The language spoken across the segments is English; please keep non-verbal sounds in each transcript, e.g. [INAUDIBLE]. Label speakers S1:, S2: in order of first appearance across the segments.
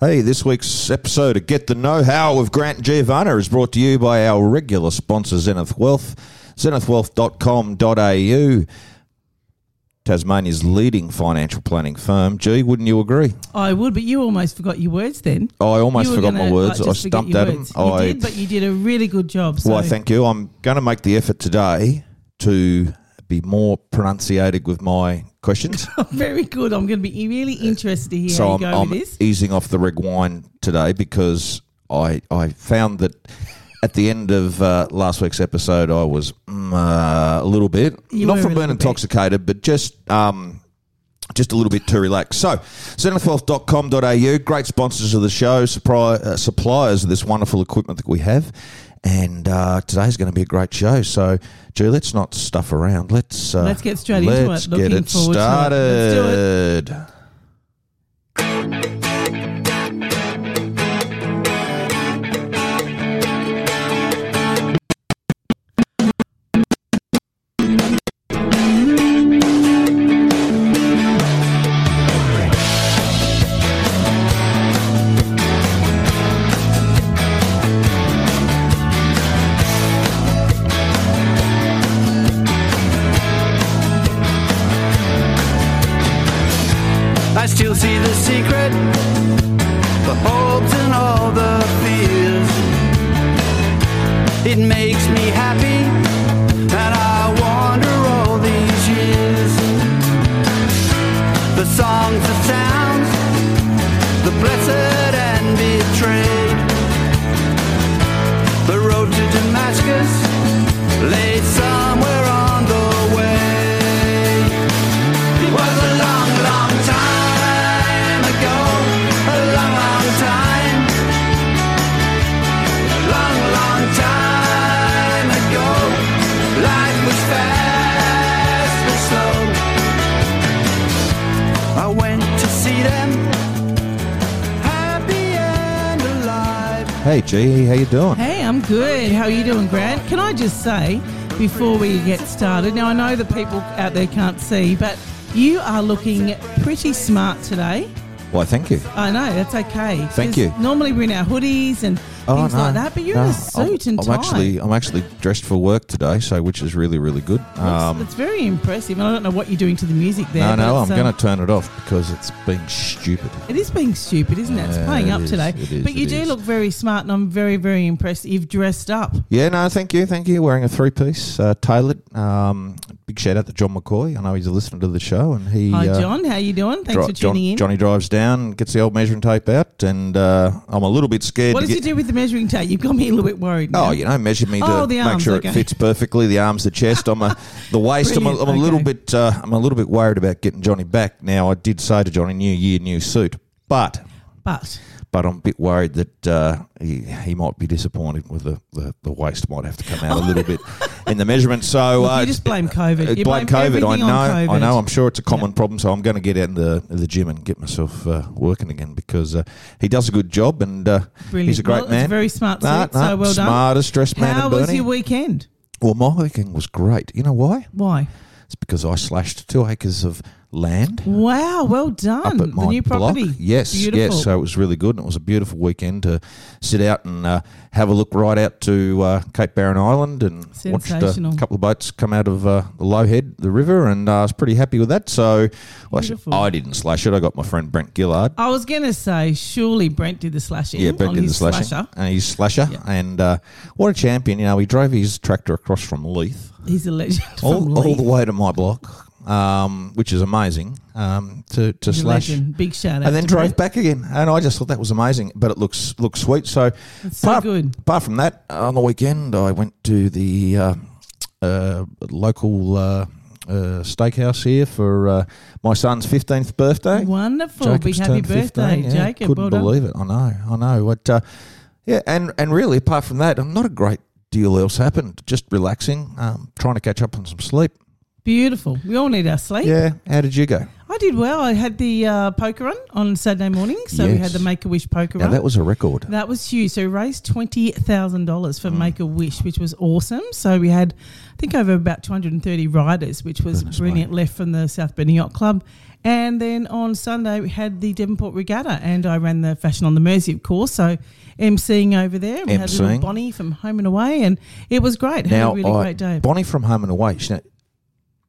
S1: Hey, this week's episode of Get the Know How with Grant Giovanna is brought to you by our regular sponsor, Zenith Wealth, zenithwealth.com.au, Tasmania's leading financial planning firm. Gee, wouldn't you agree?
S2: I would, but you almost forgot your words then.
S1: I almost
S2: You were
S1: forgot my
S2: gonna,
S1: words.
S2: like,
S1: I
S2: just forget
S1: stumped
S2: your
S1: at them.
S2: words.
S1: I,
S2: You did, but you did a really good job. So
S1: Well, I thank you. I'm going to make the effort today to be more pronunciated with my questions.
S2: [LAUGHS] very good. I'm going to be really interested to hear
S1: so
S2: how you
S1: I'm,
S2: go
S1: I'm
S2: with this.
S1: easing off the red wine today because I I found that at the end of uh, last week's episode I was mm, uh, a little bit
S2: You
S1: not
S2: were
S1: from
S2: a
S1: being
S2: little bit.
S1: intoxicated, but just. Um, just a little bit too relaxed. So, zenithwealth.com.au, great sponsors of the show, supply, uh, suppliers of this wonderful equipment that we have. And uh, today's going to be a great show. So, Gee, let's not stuff around. Let's uh,
S2: Let's get straight into it.
S1: let's
S2: Looking
S1: get it
S2: forward to it. Let's do it.
S1: started.
S3: I still see the secret, the hopes and all the fears. It makes me happy that I wander all these years. The songs, the sounds, the blessed and betrayed. The road to Damascus lay somewhere on the way. It was a long, long time ago. A long, long time. A long, long time ago. Life was fast but slow. I went to see them. Happy and alive.
S1: Hey, G, how you doing?
S2: Hey, I'm good. How are you doing, Grant? Can I just say before we get started? Now I know that people out there can't see, but you are looking pretty smart today.
S1: Why, thank you.
S2: I know that's okay.
S1: Thank
S2: 'Cause
S1: you. Oh,
S2: Normally we're in our hoodies and things like that, but you're in
S1: no,
S2: a suit
S1: I'm,
S2: and tie.
S1: I'm actually, I'm actually dressed for work today, so which is really, really good.
S2: It's-
S1: Um,
S2: it's very impressive, and I don't know what you're doing to the music there.
S1: no, no,
S2: but
S1: I'm
S2: it's, um,
S1: going to turn it off because it's been stupid.
S2: It is being stupid, isn't it? It's
S1: Yeah,
S2: playing
S1: it
S2: up
S1: is,
S2: today.
S1: it is,
S2: but you
S1: it
S2: do
S1: is.
S2: look very smart, and I'm very, very impressed. that You've dressed up.
S1: Yeah, no, thank you, thank you. Wearing a three piece uh, tailored. Um, big shout out to John McCoy. I know he's a listener to the show, and he.
S2: Hi,
S1: uh,
S2: John. How you doing? Thanks
S1: dri-
S2: for tuning
S1: John-
S2: in.
S1: Johnny drives down, gets the old measuring tape out, and uh, I'm a little bit scared.
S2: what
S1: to
S2: does
S1: get,
S2: he do with the measuring tape? You've got me a little bit worried.
S1: Oh,
S2: now.
S1: you know, measure me to
S2: Oh, the
S1: make
S2: arms,
S1: sure
S2: okay.
S1: it fits perfectly. The arms, the chest. I'm a,
S2: [LAUGHS]
S1: the waist. I'm a, I'm a
S2: Brilliant,
S1: little
S2: okay.
S1: bit. Uh, I'm a little bit worried about getting Johnny back. Now, I did say to Johnny, "New year, new suit," but
S2: But
S1: but I'm a bit worried that uh, he he might be disappointed with the, the the waist might have to come out a little
S2: [LAUGHS]
S1: bit in the measurement. So
S2: Look,
S1: uh,
S2: you just blame
S1: uh,
S2: COVID. You
S1: blame
S2: blame
S1: COVID. I
S2: everything on
S1: know. I
S2: COVID.
S1: know. I'm sure it's a common
S2: Yeah.
S1: problem. So I'm going to get out in the the gym and get myself uh, working again because uh, he does a good job and uh,
S2: Brilliant.
S1: he's a great
S2: Well, it's
S1: man.
S2: a very smart
S1: Nah,
S2: suit,
S1: nah,
S2: so well done.
S1: Smartest dressed man
S2: how
S1: in
S2: was
S1: Burnie.
S2: your weekend?
S1: Well, my weekend was great. You know why?
S2: Why?
S1: It's because I slashed two acres of land
S2: Wow, well
S1: up
S2: done.
S1: at my
S2: the new
S1: block.
S2: property.
S1: Yes,
S2: Beautiful.
S1: yes. So it was really good, and it was a beautiful weekend to sit out and uh, have a look right out to uh, Cape Barren Island and watched a
S2: Sensational.
S1: couple of boats come out of uh, the low head, the river, and uh, I was pretty happy with that. So well, actually,
S2: Beautiful. Oh,
S1: I didn't slash it. I got my friend Brent Gillard.
S2: I was going to say, surely Brent did the slashing.
S1: Yeah, Brent
S2: on
S1: did the
S2: his
S1: slashing.
S2: oh, slasher.
S1: Uh, he's slasher,
S2: Yeah.
S1: and uh, what a champion! You know, he drove his tractor across from Leith.
S2: He's a legend. from
S1: all, all
S2: Leith.
S1: the way to my block, um, which is amazing um, to, to
S2: He's a
S1: slash.
S2: legend. Big shout out.
S1: And then
S2: to
S1: drove
S2: Brent.
S1: back again, and I just thought that was amazing. But it looks looks sweet. So,
S2: That's so
S1: apart,
S2: good.
S1: apart from that, on the weekend I went to the uh, uh, local uh, uh, steakhouse here for uh, my son's fifteenth birthday.
S2: Wonderful. Big
S1: Jacob's
S2: happy
S1: turned
S2: birthday,
S1: 15, yeah.
S2: Jacob.
S1: Couldn't
S2: well done.
S1: believe it. I know. I know. But uh, yeah, and and really, apart from that, not a great deal else happened. Just relaxing, um, trying to catch up on some sleep.
S2: Beautiful. We all need our sleep.
S1: Yeah. How did you go?
S2: I did well. I had the uh, poker run on Saturday morning, so we
S1: Yes.
S2: had the Make a Wish poker
S1: Now
S2: run.
S1: that was a record.
S2: That was huge. So we raised twenty thousand dollars for Make a Wish, which was awesome. So we had, I think, over about two hundred and thirty riders, which was
S1: Goodness
S2: brilliant. Left from the South Benny Yacht Club, And then on Sunday, we had the Devonport Regatta, and I ran the Fashion on the Mersey, of course. So emceeing over there. We had little
S1: MCing.
S2: Bonnie from Home and Away, and it was great. Had
S1: Now,
S2: a really
S1: I-
S2: great day.
S1: Bonnie from Home and Away. She,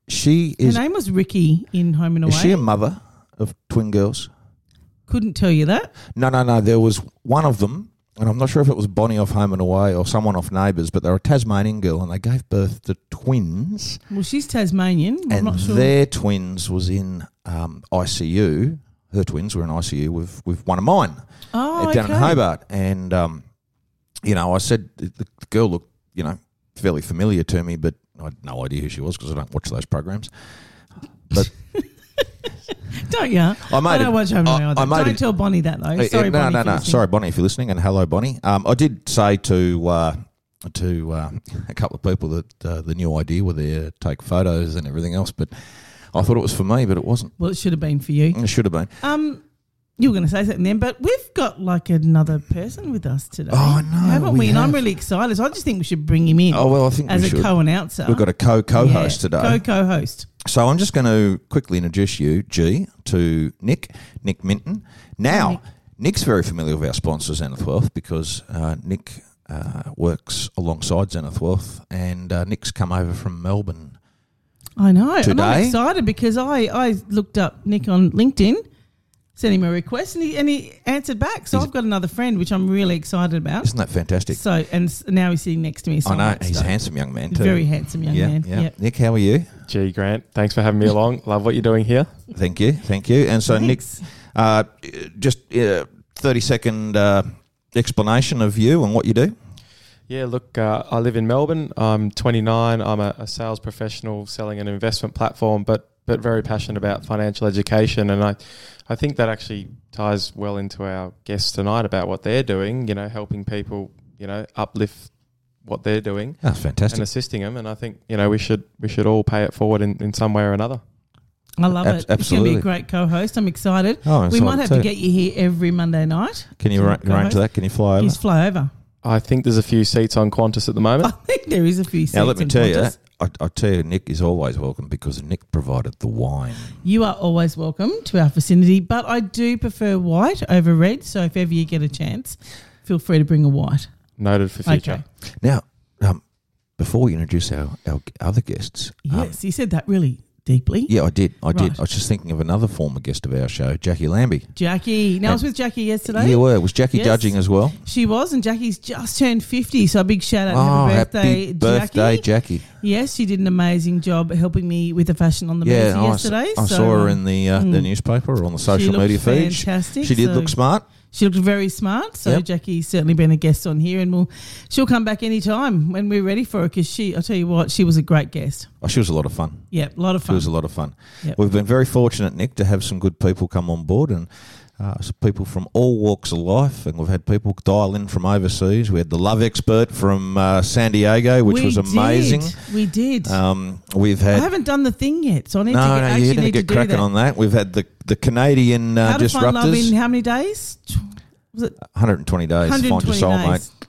S1: she
S2: Her
S1: is.
S2: name was Ricky in Home and Away.
S1: Is she a mother of twin girls?
S2: Couldn't tell you that.
S1: No, no, no. There was one of them, and I'm not sure if it was Bonnie off Home and Away or someone off Neighbours, but they were a Tasmanian girl, and they gave birth to twins.
S2: Well, she's Tasmanian. I'm
S1: and
S2: not sure.
S1: their twins was in um, ICU. Her twins were in ICU with with one of mine
S2: oh,
S1: down
S2: okay.
S1: in Hobart, and um, you know, I said the, the girl looked, you know, fairly familiar to me, but I had no idea who she was because I don't watch those programs. But
S2: Don't you?
S1: I made
S2: I don't
S1: it-
S2: watch Home and
S1: I-
S2: Away either.
S1: I made
S2: Don't
S1: it-
S2: tell Bonnie that though. Sorry,
S1: uh, no,
S2: Bonnie.
S1: no,
S2: if
S1: no.
S2: you're listening.
S1: Sorry, Bonnie, if you're listening, and hello, Bonnie. Um, I did say to uh, to uh, a couple of people that uh, the new idea were there, take photos and everything else, but I thought it was for me, but it wasn't.
S2: Well, it should have been for you.
S1: It should have been.
S2: Um, you were going to say something then, but we've got like another person with us today.
S1: Oh, no,
S2: haven't we?
S1: we
S2: And I'm
S1: have.
S2: really excited. So I just think we should bring him in
S1: Oh well, I think
S2: as
S1: we
S2: a
S1: should.
S2: co-announcer.
S1: We've got a co co host today.
S2: Co co-host.
S1: so I'm just going to quickly introduce you, G, to Nick, Nick Minton. Now, Nick's very familiar with our sponsor, Zenith Wealth, because uh, Nick uh, works alongside Zenith Wealth, and uh, Nick's come over from Melbourne.
S2: I know. And I'm
S1: Today?
S2: excited because I I looked up Nick on LinkedIn. Sent him a request and he, and he answered back. So
S1: Is-
S2: I've got another friend, which I'm really excited about.
S1: Isn't that fantastic?
S2: So and s- now he's sitting next to me. So
S1: I know,
S2: I'm
S1: he's a
S2: stoked.
S1: handsome young man, too.
S2: very handsome young
S1: yeah,
S2: man.
S1: yeah.
S2: Yep.
S1: Nick, how are you?
S4: Gee, Grant, thanks for having me [LAUGHS] along. Love what you're doing here.
S1: Thank you, thank you. And so,
S2: Thanks.
S1: Nick, uh, just uh, 30 second uh, explanation of you and what you do.
S4: Yeah, look, uh, I live in Melbourne. I'm 29. I'm a, a sales professional selling an investment platform, but but very passionate about financial education, and I, I think that actually ties well into our guests tonight about what they're doing. You know, helping people, you know, uplift what they're doing
S1: That's fantastic.
S4: and assisting them. And I think you know we should we should all pay it forward in, in some way or another.
S2: I love
S1: Ab-
S2: it. It's going to be
S1: absolutely.
S2: a great co-host. I'm excited.
S1: Oh,
S2: we
S1: so
S2: might have
S1: too.
S2: to get you here every Monday night.
S1: Can you
S2: to
S1: arra- arrange
S2: co-host.
S1: that? Can you fly over?
S2: Just fly over.
S4: I think there's a few seats on Qantas at
S2: [LAUGHS]
S4: the
S2: I
S4: moment.
S2: think there is a few seats.
S1: Now let me
S2: in
S1: tell you,
S2: Qantas.
S1: I, I tell you, Nick is always welcome because Nick provided the wine.
S2: You are always welcome to our vicinity, but I do prefer white over red. So if ever you get a chance, feel free to bring a white.
S4: Noted for future.
S2: Okay.
S1: Now, um, before we introduce our, our other guests, um,
S2: Yes, you said that really deeply.
S1: yeah, I did, I did.
S2: Right.
S1: I was just thinking of another former guest of our show, Jackie Lambie.
S2: Jackie. Now I was with Jackie yesterday.
S1: You were was Jackie
S2: Yes.
S1: judging as well?
S2: She was, and Jackie's just turned 50. So a big shout out
S1: oh,
S2: and happy birthday,
S1: happy birthday,
S2: Jackie.
S1: Jackie!
S2: Yes, she did an amazing job helping me with the fashion on the
S1: yeah,
S2: Mersey
S1: I s-
S2: yesterday.
S1: I,
S2: so
S1: saw her in the uh, the
S2: Mm.
S1: newspaper or on the
S2: she
S1: social
S2: looked
S1: media feed. She-
S2: Fantastic.
S1: She did
S2: so
S1: look smart.
S2: She looked very smart. So
S1: Yep.
S2: Jackie's certainly been a guest on here, and we'll she'll come back anytime when we're ready for her. Because she, I'll tell you what, she was a great guest.
S1: Oh, she was a lot of fun.
S2: Yep, a lot of
S1: It
S2: fun.
S1: was a lot of fun.
S2: Yep.
S1: We've been very fortunate, Nick, to have some good people come on board and uh, some people from all walks of life. And we've had people dial in from overseas. We had the love expert from uh, San Diego, which
S2: We
S1: was amazing.
S2: did. We did.
S1: Um, we've
S2: I
S1: had.
S2: haven't done the thing yet, so I need
S1: No,
S2: to get,
S1: no,
S2: actually
S1: you need to
S2: need
S1: get
S2: do
S1: cracking
S2: that.
S1: on that. We've had the, the Canadian uh,
S2: How to find love
S1: disruptors.
S2: in how many days? Tw- Was it
S1: 120 days. to Find your
S2: 120
S1: soul,
S2: days?
S1: mate.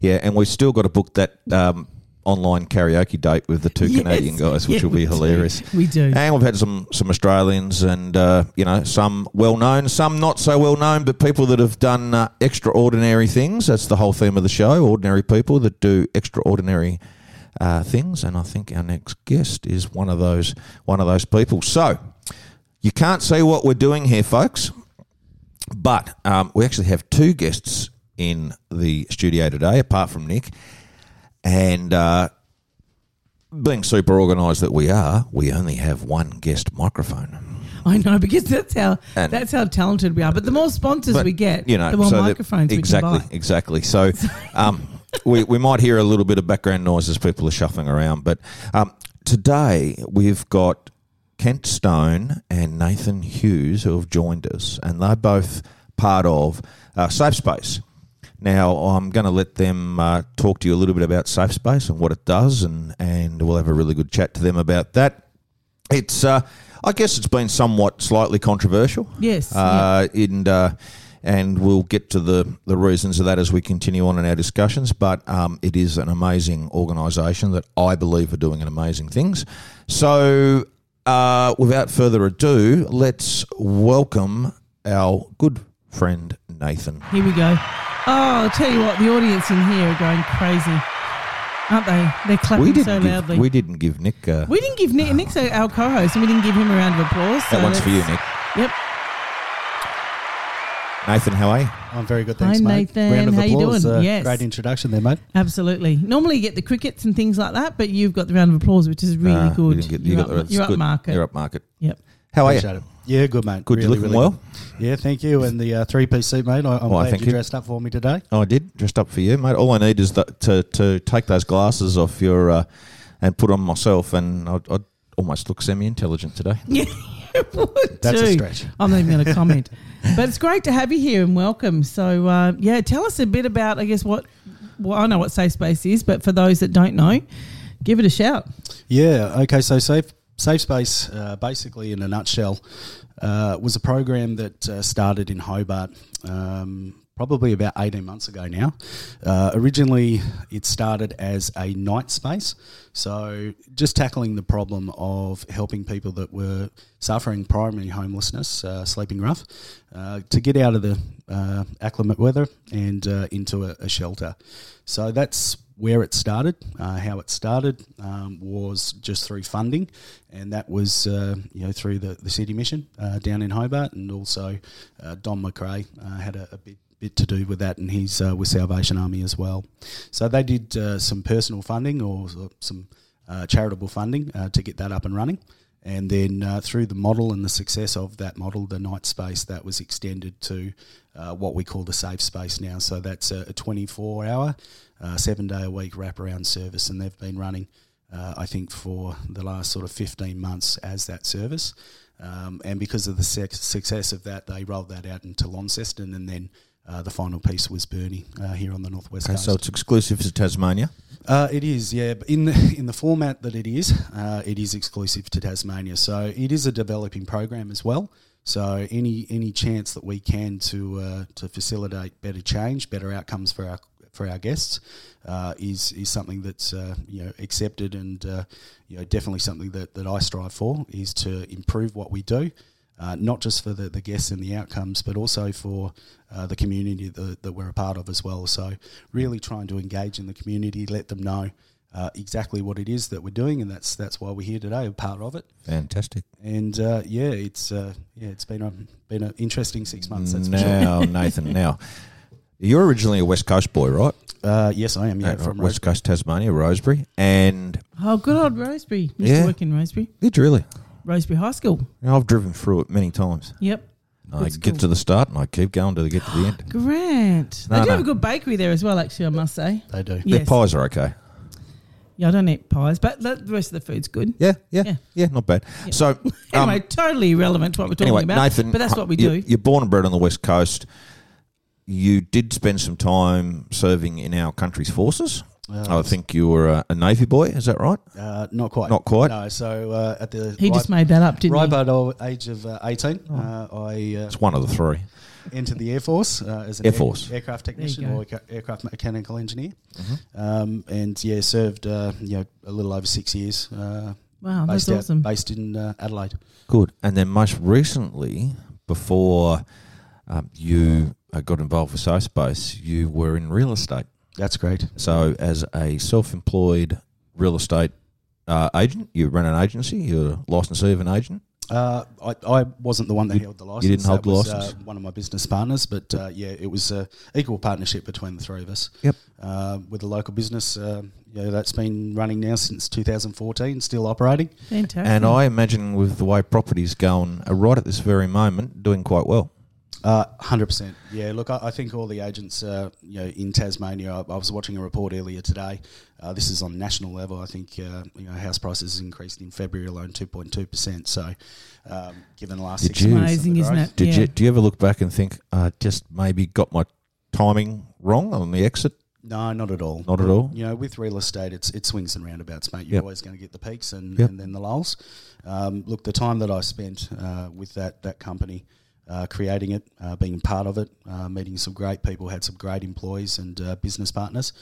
S1: Yeah, and we've still got to book that um, online karaoke date with the two
S2: [LAUGHS] Yes.
S1: Canadian guys, which
S2: Yeah,
S1: will be
S2: we do.
S1: hilarious.
S2: We do.
S1: And we've had some some Australians and uh, you know some well known, some not so well known, but people that have done uh, extraordinary things. That's the whole theme of the show: ordinary people that do extraordinary uh, things. And I think our next guest is one of those one of those people. So you can't see what we're doing here, folks, but um, we actually have two guests in the studio today, apart from Nick, and. Uh, being super organised that we are, we only have one guest microphone.
S2: I know because that's how
S1: And-
S2: that's how talented we are. But the more sponsors we get,
S1: you know,
S2: the more
S1: so that-
S2: microphones
S1: exactly,
S2: we can buy.
S1: exactly. So,
S2: [LAUGHS]
S1: um, we we might hear a little bit of background noise as people are shuffling around. But um, today we've got Kent Stone and Nathan Hughes who have joined us, and they're both part of uh, Safe Space. Now I'm going to let them uh, talk to you a little bit about Safe Space and what it does, and and we'll have a really good chat to them about that. It's, uh, I guess, it's been somewhat slightly controversial.
S2: Yes,
S1: Uh, and uh, and we'll get to the the reasons of that as we continue on in our discussions. But um, it is an amazing organisation that I believe are doing an amazing things. So uh, without further ado, let's welcome our good friend Nathan.
S2: Here we go. Oh, I'll tell you what, the audience in here are going crazy, aren't they? They're clapping
S1: We didn't
S2: so
S1: give,
S2: loudly.
S1: we didn't give Nick. Uh,
S2: We didn't give Nick, Nick's our co-host, and we didn't give him a round of applause.
S1: that one's for you,
S2: that's-
S1: Nick.
S2: Yep.
S1: Nathan, how are you?
S5: I'm very good, thanks,
S2: Hi,
S5: mate.
S2: Nathan.
S5: Round of
S2: How you
S5: applause.
S2: doing?
S5: Uh,
S2: Yes.
S5: Great introduction there, mate.
S2: Absolutely. Normally you get the crickets and things like that, but you've got the round of applause, which is really
S1: Uh,
S2: good.
S1: You didn't get, you
S2: are
S1: got
S2: up,
S1: the- it's
S2: you're
S1: good.
S2: upmarket.
S1: You're upmarket.
S2: Yep. [LAUGHS]
S1: How are you?
S5: Appreciate it. Yeah, good, mate.
S1: Good. you you
S5: Really,
S1: looking
S5: really
S1: well?
S5: good. Yeah, thank you. And the uh, three-piece suit, mate. I, I'm
S1: Why,
S5: glad
S1: thank
S5: you,
S1: you.
S5: dressed up for me today.
S1: Oh, I did dressed up for you, mate. All I need is that to to take those glasses off your uh, and put on myself, and I'd, I'd almost look semi-intelligent today.
S2: Yeah, you would
S5: That's
S2: too.
S5: a stretch.
S2: I'm not even going
S5: [LAUGHS]
S2: to comment. but it's great to have you here and welcome. So, uh, yeah, tell us a bit about, I guess, what, well, I know what Safe Space is, but for those that don't know, give it a shout.
S5: Yeah. Okay. So safe safe space, uh, basically in a nutshell, uh, was a program that uh, started in Hobart. Um, Probably about 18 months ago now. Uh, originally, it started as a night space. So, just tackling the problem of helping people that were suffering primary homelessness, uh, sleeping rough, uh, to get out of the uh, acclimate weather and uh, into a, a shelter. So, that's where it started, uh, how it started um, was just through funding, and that was uh, you know through the, the city mission uh, down in Hobart, and also uh, Don McRae uh, had a, a bit bit to do with that, and he's uh, with Salvation Army as well. So they did uh, some personal funding or s- some uh, charitable funding uh, to get that up and running. And then uh, through the model and the success of that model, the night space that was extended to uh, what we call the safe space now. So that's a, a 24 hour, uh, seven day a week wraparound service, and they've been running, uh, I think, for the last sort of 15 months as that service. Um, and because of the sec- success of that, they rolled that out into Launceston, and then uh, the final piece was Burnie uh, here on the northwest
S1: Okay,
S5: coast.
S1: so it's exclusive to Tasmania.
S5: Uh, it is, yeah. But in [LAUGHS] the, in the format that it is, uh, it is exclusive to Tasmania. So it is a developing program as well. So any any chance that we can to uh, to facilitate better change, better outcomes for our for our guests, uh, is is something that's uh, you know accepted and uh, you know definitely something that, that I strive for is to improve what we do uh, not just for the, the guests and the outcomes, but also for uh, the community that, that we're a part of as well. So, really trying to engage in the community, let them know uh, exactly what it is that we're doing, and that's that's why we're here today, a part of it.
S1: Fantastic.
S5: And uh, yeah, it's uh, yeah, it's been a been an interesting six months. That's for sure. [LAUGHS]
S1: Now, Nathan, now you're originally a West Coast boy, right?
S5: Uh, yes, I am. Yeah,
S1: Uh,
S5: from
S1: West
S5: Rose-
S1: Coast, Tasmania, Rosebery, and
S2: Oh, good old Rosebery. Used
S1: Yeah.
S2: to work in Rosebery.
S1: did you really?
S2: Rosebery High School.
S1: You know, I've driven through it many times.
S2: Yep.
S1: I
S2: Good
S1: get
S2: school.
S1: to the start and I keep going to the, get to
S5: [GASPS]
S1: the end.
S2: Grant.
S1: No,
S2: they do
S1: no.
S2: have a good bakery there as well, actually, I must say.
S5: They do.
S1: Their
S2: Yes.
S1: pies are okay.
S2: Yeah, I don't eat pies, but the the rest of the food's good.
S1: Yeah, yeah, yeah,
S2: Yeah.
S1: not bad. So, um,
S2: Anyway, totally irrelevant to what we're talking
S1: anyway,
S2: about.
S1: Nathan, uh,
S2: but that's what we
S1: you-
S2: do.
S1: You're born and bred on the west coast. You did spend some time serving in our country's forces.
S5: Uh,
S1: I think you were a, a navy boy. Is that right?
S5: uh, not quite.
S1: Oh. Not quite.
S5: No. So uh, at the
S2: He
S5: ripe,
S2: just made that up, didn't
S5: ripe
S2: he? Oh.
S5: old age of uh, eighteen, uh, I uh,
S1: It's one of the three.
S5: into the Air Force uh, as an
S1: Air Force.
S5: aircraft
S2: you
S5: technician
S2: go.
S5: or airca- aircraft mechanical engineer.
S1: Mm-hmm.
S5: Um, and yeah, served uh, you know a little over six years. Uh,
S2: Wow, Oh, that's
S5: based out-
S2: awesome.
S5: based in uh, Adelaide.
S1: Good. And then most recently, before um, you uh, got involved with SoSpace, you were in real estate.
S5: That's great.
S1: So, as a self-employed real estate uh, agent, you ran an agency. You're a licensee of an agent.
S5: Uh, I, I wasn't the one that held the license.
S1: didn't hold
S5: That
S1: the
S5: was,
S1: license?
S5: Uh, one of my business partners, but uh, yeah, it was a equal partnership between the three of us.
S1: Yep.
S5: Uh, with the local business, uh, you know, that's been running now since 2014, still operating.
S2: Fantastic.
S1: And I imagine with the way property's going uh, right at this very moment, doing quite well.
S5: Uh, Hundred percent. Yeah. Look, I, I think all the agents, uh, you know, in Tasmania. I, I was watching a report earlier today. Uh, this is on national level. I think uh, you know house prices increased in February alone two point two percent. So, um, given the last
S1: Did
S5: six
S1: you-
S5: months,
S2: Amazing,
S5: the
S2: isn't
S5: growth-
S2: it?
S1: Did
S2: yeah.
S1: you do you ever look back and think I just maybe got my timing wrong on the exit?
S5: No, not at all.
S1: Not at all.
S5: You know, with real estate, it's it swings and roundabouts, mate. You're
S1: Yep.
S5: always going to get the peaks and,
S1: Yep.
S5: and then the lulls. Um, look, the time that I spent uh, with that that company uh, creating it, uh, being part of it, uh, meeting some great people, had some great employees and uh, business partners.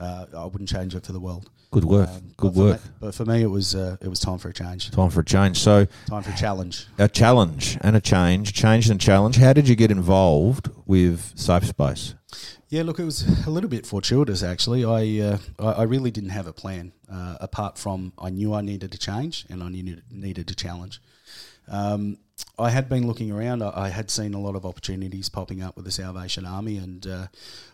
S5: Uh, I wouldn't change it for the world.
S1: Good work.
S5: Um, but
S1: Good
S5: for
S1: work.
S5: me- but for me, it was uh, it was time for a change,
S1: Time for a change. So
S5: time for a challenge.
S1: a challenge and a change, change and challenge. How did you get involved with Safe Space?
S5: Yeah, look, it was a little bit fortuitous actually. I uh, I I really didn't have a plan uh, apart from I knew I needed to change and I knew needed to challenge. Um, I had been looking around. I, I had seen a lot of opportunities popping up with the Salvation Army, and uh,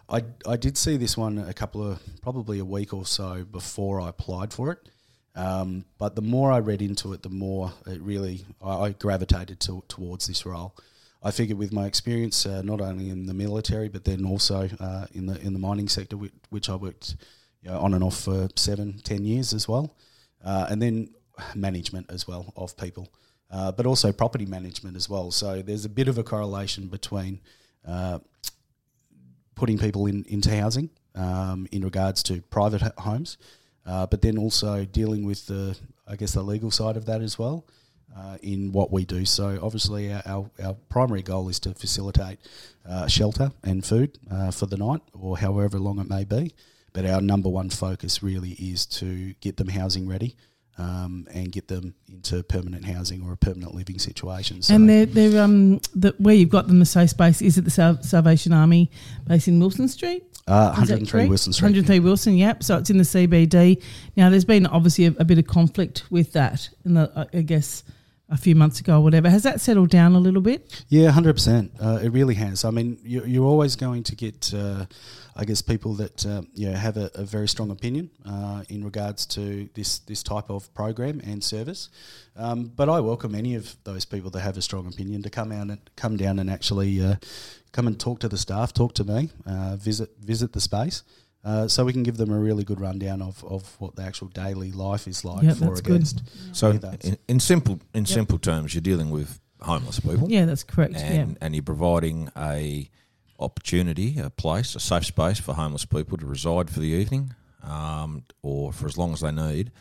S5: I I did see this one a couple of probably a week or so before I applied for it. Um, but the more I read into it, the more it really I, I gravitated to, towards this role. I figured with my experience, uh, not only in the military, but then also uh, in the in the mining sector, which, which I worked you know, on and off for seven, ten years as well, uh, and then management as well of people, uh, but also property management as well. So there's a bit of a correlation between uh, putting people in into housing um, in regards to private h- homes, uh, but then also dealing with the I guess the legal side of that as well uh, in what we do. So obviously our, our, our primary goal is to facilitate uh, shelter and food uh, for the night or however long it may be. But our number one focus really is to get them housing ready. Um, and get them into permanent housing or a permanent living situation. So-
S2: And they're, they're um the, where you've got them the safe space is at the Sal- Salvation Army base in Wilson Street.
S5: Uh,
S2: Is that
S5: 103
S2: correct?
S5: Wilson Street.
S2: 103 Wilson, yep. So it's in the CBD. Now, there's been obviously a, a bit of conflict with that, in the, I- I guess a few months ago or whatever. Has that settled down a little bit?
S5: Yeah, hundred uh, percent. It really has. I mean, you, you're always going to get, uh, I guess, people that uh, you know, have a, a very strong opinion uh, in regards to this this type of program and service. Um, but I welcome any of those people that have a strong opinion to come out and come down and actually uh, come and talk to the staff, talk to me, uh, visit visit the space. Uh, so we can give them a really good rundown of, of what the actual daily life is like
S2: Yeah,
S5: for
S2: that's
S5: or
S2: good.
S5: against.
S1: So
S5: Yeah, that's-
S1: in, in simple in simple terms, you're dealing with homeless people,
S2: Yeah, that's correct.
S1: and
S2: yeah.
S1: and you're providing a opportunity, a place, a safe space for homeless people to reside for the evening, um, or for as long as they need,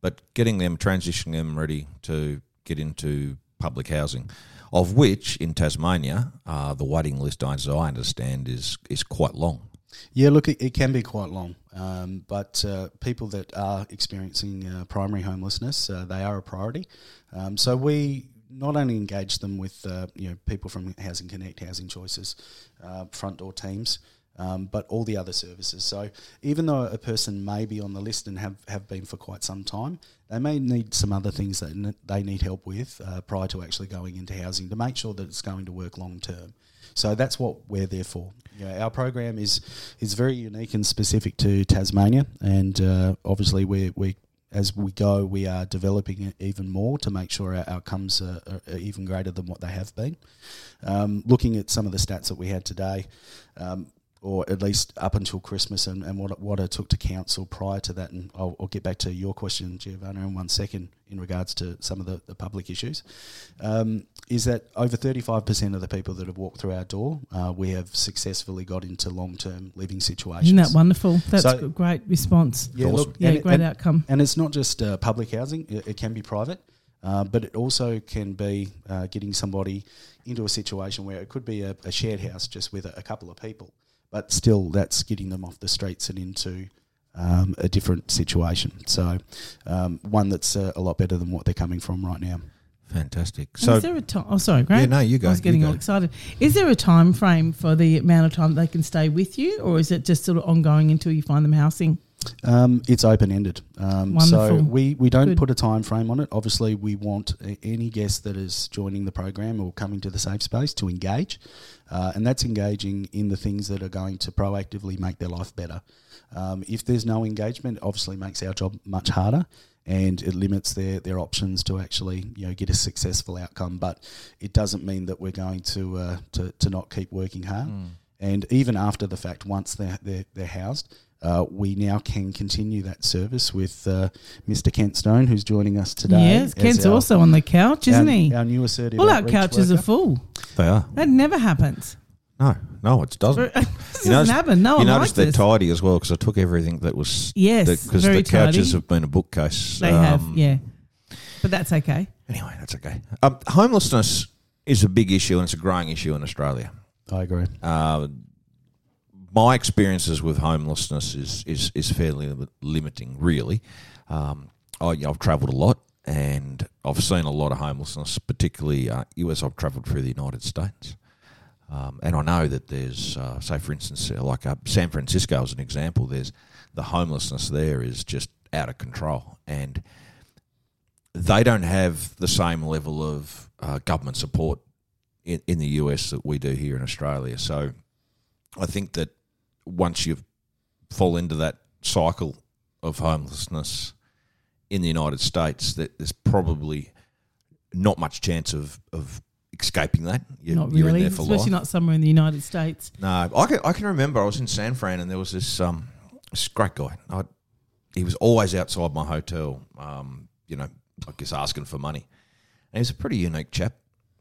S1: but getting them transitioning them ready to get into public housing. Of which in Tasmania, uh, the waiting list, as I understand, is is quite long.
S5: Yeah, look, it, it can be quite long, um, but uh, people that are experiencing uh, primary homelessness, uh, they are a priority. Um, so we not only engage them with uh, you know people from Housing Connect, Housing Choices, uh, front door teams. Um, but all the other services. So even though a person may be on the list and have, have been for quite some time, they may need some other things that n- they need help with uh, prior to actually going into housing to make sure that it's going to work long term. So that's what we're there for. You know, our program is is very unique and specific to Tasmania, and uh, obviously we we as we go we are developing it even more to make sure our outcomes are, are, are even greater than what they have been. Um, looking at some of the stats that we had today. Um, or at least up until Christmas, and, and what, it- what it took to council prior to that. And I'll, I'll get back to your question, Giovanna, in one second in regards to some of the, the public issues. Um, is that over 35% of the people that have walked through our door, uh, we have successfully got into long term living situations.
S2: Isn't that wonderful? That's
S5: So-
S2: a great response.
S5: Yeah, look,
S2: Yeah,
S5: and it-
S2: great
S5: and-
S2: outcome.
S5: and it's not just uh, public housing, it, it can be private, uh, but it also can be uh, getting somebody into a situation where it could be a, a shared house just with a, a couple of people, but still that's getting them off the streets and into um, a different situation. So, um, one that's uh, a lot better than what they're coming from right now.
S1: Fantastic.
S2: And
S1: So
S2: is there a time? Oh, sorry, Grant.
S1: Yeah, no, you go,
S2: I was
S1: you
S2: getting
S1: go.
S2: all excited. Is there a time frame for the amount of time they can stay with you, or is it just sort of ongoing until you find them housing?
S5: Um, it's open ended. Um, so
S2: Wonderful.
S5: we, we don't
S2: Good.
S5: put a time frame on it. Obviously, we want a- any guest that is joining the program or coming to the safe space to engage, uh, and that's engaging in the things that are going to proactively make their life better. Um, if there's no engagement, it obviously makes our job much harder. And it limits their, their options to actually you know get a successful outcome, but it doesn't mean that we're going to uh, to, to not keep working hard. And even after the fact, once they're, they're, they're housed, uh, we now can continue that service with uh, Mr. Kent Stone, who's joining us today.
S2: Yes,
S5: as
S2: Kent's
S5: our-
S2: also on the couch, isn't
S5: our,
S2: he?
S5: Our new assertive.
S2: All our
S5: outreach
S2: couches are
S5: worker.
S2: full.
S1: they are.
S2: That never happens.
S1: No, no, it
S2: [LAUGHS]
S1: doesn't.
S2: It doesn't happen. No
S1: you
S2: one
S1: Oh. notice
S2: likes
S1: they're
S2: oh, this.
S1: tidy as well because I took everything that was
S2: Yes,
S1: because
S2: very
S1: the couches
S2: tidy.
S1: have been a bookcase. um,
S2: They have, yeah. But that's okay.
S1: Anyway, that's okay. Um, homelessness is a big issue and it's a growing issue in Australia.
S5: I agree.
S1: Uh, my experiences with homelessness is is, is fairly li- limiting, really. Um, I, I've travelled a lot and I've seen a lot of homelessness, particularly uh, US. I've travelled through the United States. Um, and I know that there's, uh, say, for instance, uh, like uh, San Francisco as an example, there's the homelessness there is just out of control. And they don't have the same level of uh, government support in, in the US that we do here in Australia. So I think that once you fall into that cycle of homelessness in the United States, that there's probably not much chance of, of escaping that. You,
S2: not
S1: you're in
S2: really,
S1: there for
S2: especially
S1: life.
S2: not somewhere in the United States.
S1: No, I can, I can remember I was in San Fran and there was this um this great guy. I, he was always outside my hotel, um, you know, I guess asking for money. And he was a pretty unique chap.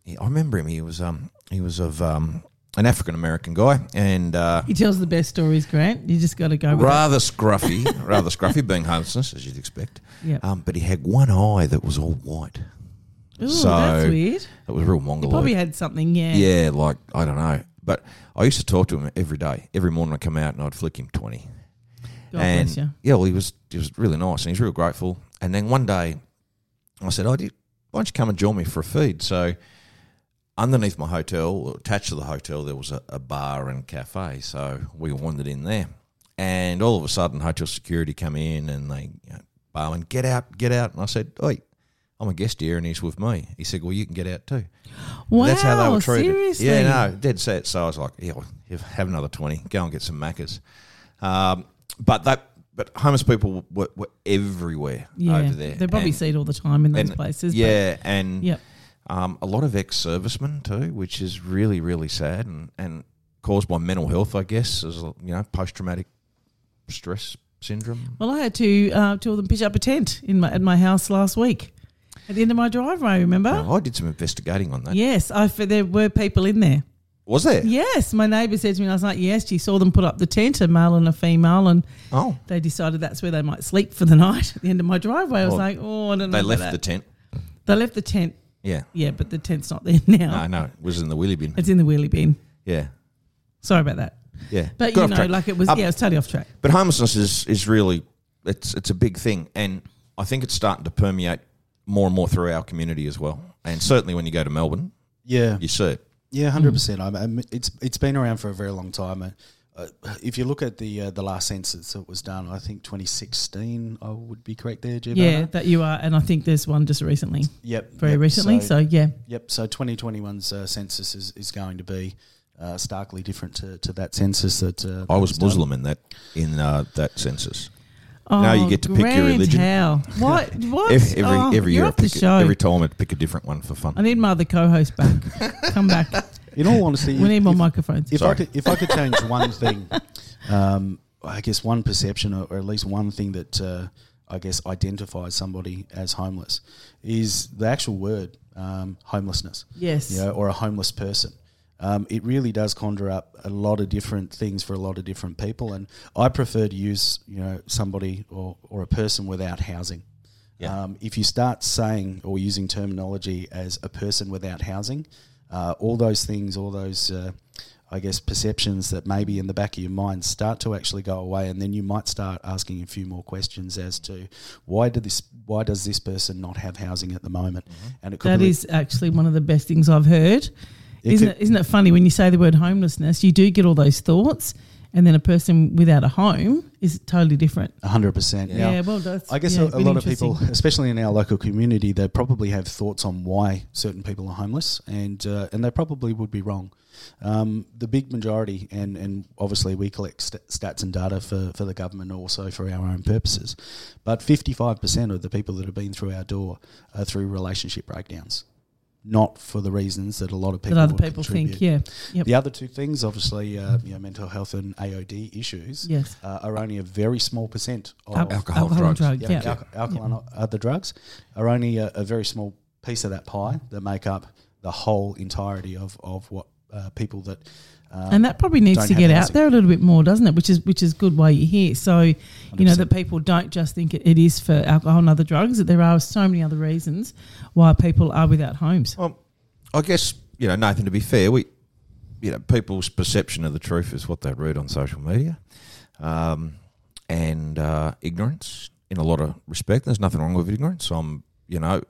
S1: He, I remember him. He was um he was of um an African American guy and uh,
S2: He tells the best stories, Grant. You just got to go with it.
S1: rather scruffy, rather scruffy, being homelessness as you'd expect.
S2: Yep.
S1: Um, but he had one eye that was all white.
S2: Ooh,
S1: so-
S2: that's weird.
S1: It was real
S2: He
S1: mongoloid.
S2: probably had something, yeah.
S1: Yeah, like I don't know, but I used to talk to him every day. Every morning I come out and I'd flick him twenty.
S2: God
S1: and
S2: Oh, bless you.
S1: yeah, well, he was he was really nice and he's real grateful. And then one day, I said, "Oh, do you- why don't you come and join me for a feed?" So underneath my hotel, or attached to the hotel, there was a, a bar and cafe. So we wandered in there, and all of a sudden, hotel security come in and they you know, barman, "Get out, get out!" And I said, "Oi." I'm a guest here and he's with me. He said, Well, you can get out too.
S2: Wow,
S1: That's how they were treated.
S2: seriously.
S1: Yeah, no, dead set. So I was like, yeah, well, here, have another 20. Go and get some Maccas. Um, but that, but homeless people were, were everywhere
S2: Yeah,
S1: over there.
S2: They probably
S1: And-
S2: see it all the time in those
S1: and-
S2: places. but-
S1: Yeah, and
S2: Yep.
S1: um, a lot of ex-servicemen too, which is really, really sad and, and caused by mental health, I guess, as you know, post-traumatic stress syndrome.
S2: Well, I had to uh, two of them pitch up a tent in my at my house last week at the end of my driveway. Remember?
S1: Now, Oh, I did some investigating on that.
S2: Yes, I f- there were people in there.
S1: Was there?
S2: Yes, my neighbour said to me last night. Yes, she saw them put up the tent, a male and a female, and
S1: Oh,
S2: they decided that's where they might sleep for the [LAUGHS] night at the end of my driveway. I was
S1: Well,
S2: like, oh, I don't know.
S1: they
S2: about
S1: left
S2: that.
S1: the tent.
S2: They left the tent.
S1: Yeah.
S2: Yeah, but the tent's not there [LAUGHS] now.
S1: No, no, it was in the wheelie bin.
S2: It's in the wheelie bin.
S1: Yeah,
S2: Sorry about that.
S1: yeah.
S2: But
S1: Got
S2: you
S1: off
S2: know,
S1: track.
S2: like it was.
S1: Um,
S2: yeah, it was totally off track.
S1: But homelessness is, is really it's it's a big thing, and I think it's starting to permeate more and more through our community as well. And certainly when you go to Melbourne,
S5: Yeah,
S1: you see it.
S5: yeah,
S2: Hmm.
S5: hundred percent. I'm, I'm- it's it's been around for a very long time. Uh, uh, if you look at the uh, the last census that was done, I think 2016. I would be correct there, Jim.
S2: Yeah, that you are, and I think there's one just recently,
S5: Yep.
S2: very
S5: yep,
S2: recently. So, yeah,
S5: Yep. So 2021's uh, census is, is going to be uh, starkly different to, to that census that uh,
S1: I was
S5: done.
S1: Muslim in that in uh, that census.
S2: Oh,
S1: Now you get to pick your
S2: grand
S1: religion.
S2: How?
S1: [LAUGHS]
S2: What? What?
S1: Every every,
S2: Oh,
S1: every
S2: you're
S1: year, I
S2: off the
S1: pick,
S2: show.
S1: every time I pick a different one for
S2: I
S1: fun.
S2: need my other co-host back.
S1: [LAUGHS]
S2: Come back.
S5: In all honesty,
S2: We need more
S5: if-
S2: microphones.
S5: If
S1: Sorry.
S5: I could, if I could change one thing, um, I guess one perception, or, or at least one thing that uh, I guess identifies somebody as homeless, is the actual word um, homelessness.
S2: Yes.
S5: You know, or a homeless person. Um, it really does conjure up a lot of different things for a lot of different people, and I prefer to use you know somebody or, or a person without housing.
S1: Yeah.
S5: Um, if you start saying or using terminology as a person without housing, uh, all those things, all those, uh, I guess, perceptions that maybe in the back of your mind start to actually go away, and then you might start asking a few more questions as to why did this, why does this person not have housing at the moment? And it could
S2: That
S5: be-
S2: is actually one of the best things I've heard.
S5: It
S2: isn't
S5: could-
S2: it? Isn't it funny when you say the word homelessness, you do get all those thoughts, and then a person without a home is totally different.
S5: hundred percent.
S2: Yeah, well, that's
S5: I guess
S2: yeah,
S5: a, a
S2: really
S5: lot of people,
S2: interesting.
S5: especially in our local community, they probably have thoughts on why certain people are homeless, and uh, and they probably would be wrong. Um, the big majority, and and obviously we collect st- stats and data for for the government, also for our own purposes. But fifty five percent of the people that have been through our door are through relationship breakdowns, not for the reasons that a lot of people
S2: that other
S5: would
S2: people
S5: contribute.
S2: think. Yeah. Yep.
S5: The other two things, obviously, uh, you know, mental health and AOD issues,
S2: Yes.
S5: uh, are only a very small percent of
S2: Al-
S1: Alcohol, drugs.
S2: drugs,
S5: Oh, yeah,
S2: Yeah.
S5: alco- alcohol and other drugs are only a, a very small piece of that pie that make up the whole entirety of, of what uh, people that uh,
S2: and that probably needs
S5: don't
S2: to
S5: have
S2: get out
S5: housing.
S2: there a little bit more, doesn't it? Which is which is good why you're here. So you know
S5: 100%.
S2: that people don't just think it, it is for alcohol and other drugs. That there are so many other reasons why people are without homes.
S1: Well, I guess you know, Nathan, to be fair, we, you know, people's perception of the truth is what they read on social media, um, and uh, ignorance. In a lot of respect, there's nothing wrong with ignorance. I'm, you know,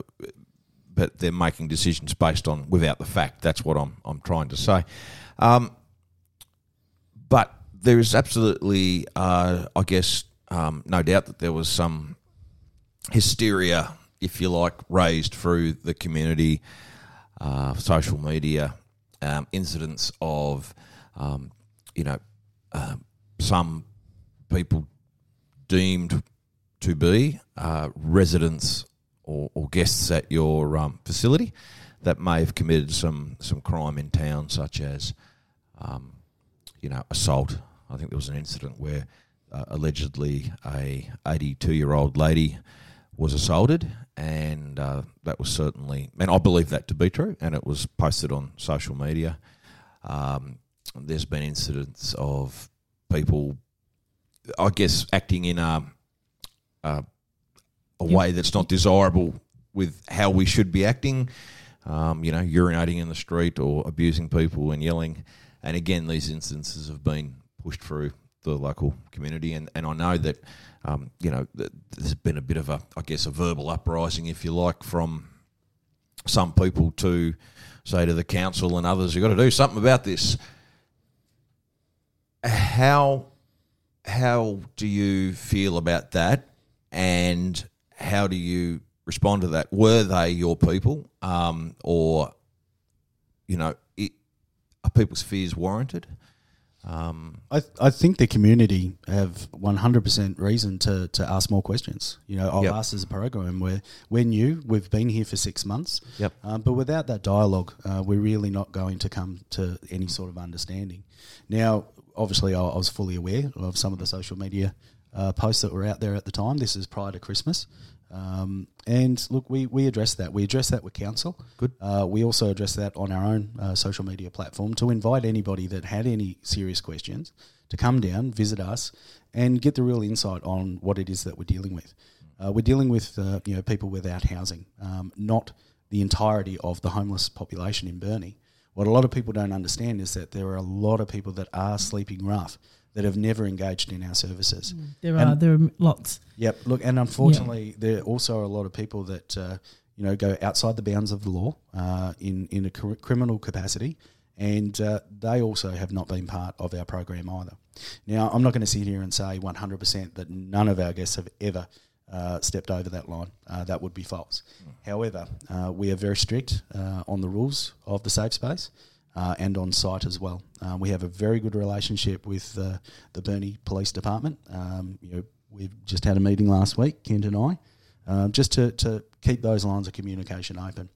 S1: but they're making decisions based on without the fact. That's what I'm I'm trying to say. Um, but there is absolutely, uh, I guess, um, no doubt that there was some hysteria, if you like, raised through the community, uh, social media, um, incidents of, um, you know, uh, some people deemed to be uh, residents or, or guests at your um, facility that may have committed some some crime in town, such as, um, you know, assault. I think there was an incident where uh, allegedly a 82 year old lady was assaulted, and uh, that was certainly, and I believe that to be true, and it was posted on social media. Um, there's been incidents of people, I guess, acting in a, a, a way that's not desirable with how we should be acting. Um, you know, urinating in the street or abusing people and yelling. And again, these instances have been pushed through the local community, and, and I know that um, you know that there's been a bit of a, I guess, a verbal uprising, if you like, from some people to say to the council and others, you've got to do something about this. How how do you feel about that, and how do you respond to that? Were they your people, um, or you know, it, are people's fears warranted? Um,
S5: I, th- I think the community have 100% reason to, to ask more questions. You know, I've
S1: Yep.
S5: asked as a program where we're new, we've been here for six months.
S1: Yep.
S5: Um, but without that dialogue, uh, we're really not going to come to any sort of understanding. Now, obviously, I, I was fully aware of some of the social media uh, posts that were out there at the time. This is prior to Christmas. Um, and look, we, we address that. We address that with council. Good. Uh, we also address that on our own uh, social media platform to invite anybody that had any serious questions to come down, visit us, and get the real insight on what it is that we're dealing with. Uh, we're dealing with uh, you know people without housing, um, not the entirety of the homeless population in Burnie. What a lot of people don't understand is that there are a lot of people that are sleeping rough that have never engaged in our services.
S2: There are there are lots.
S5: Yep. Look, and unfortunately, there also are a lot of people that uh, you know go outside the bounds of the law uh, in in a cr- criminal capacity, and uh, they also have not been part of our program either. Now, I'm not going to sit here and say 100 percent that none of our guests have ever. Uh, stepped over that line. Uh, that would be false. However, uh, we are very strict uh, on the rules of the safe space uh, and on site as well. Uh, we have a very good relationship with uh, the Burnie Police Department. Um, you know, we've just had a meeting last week, Kent and I, um, just to, to keep those lines of communication open.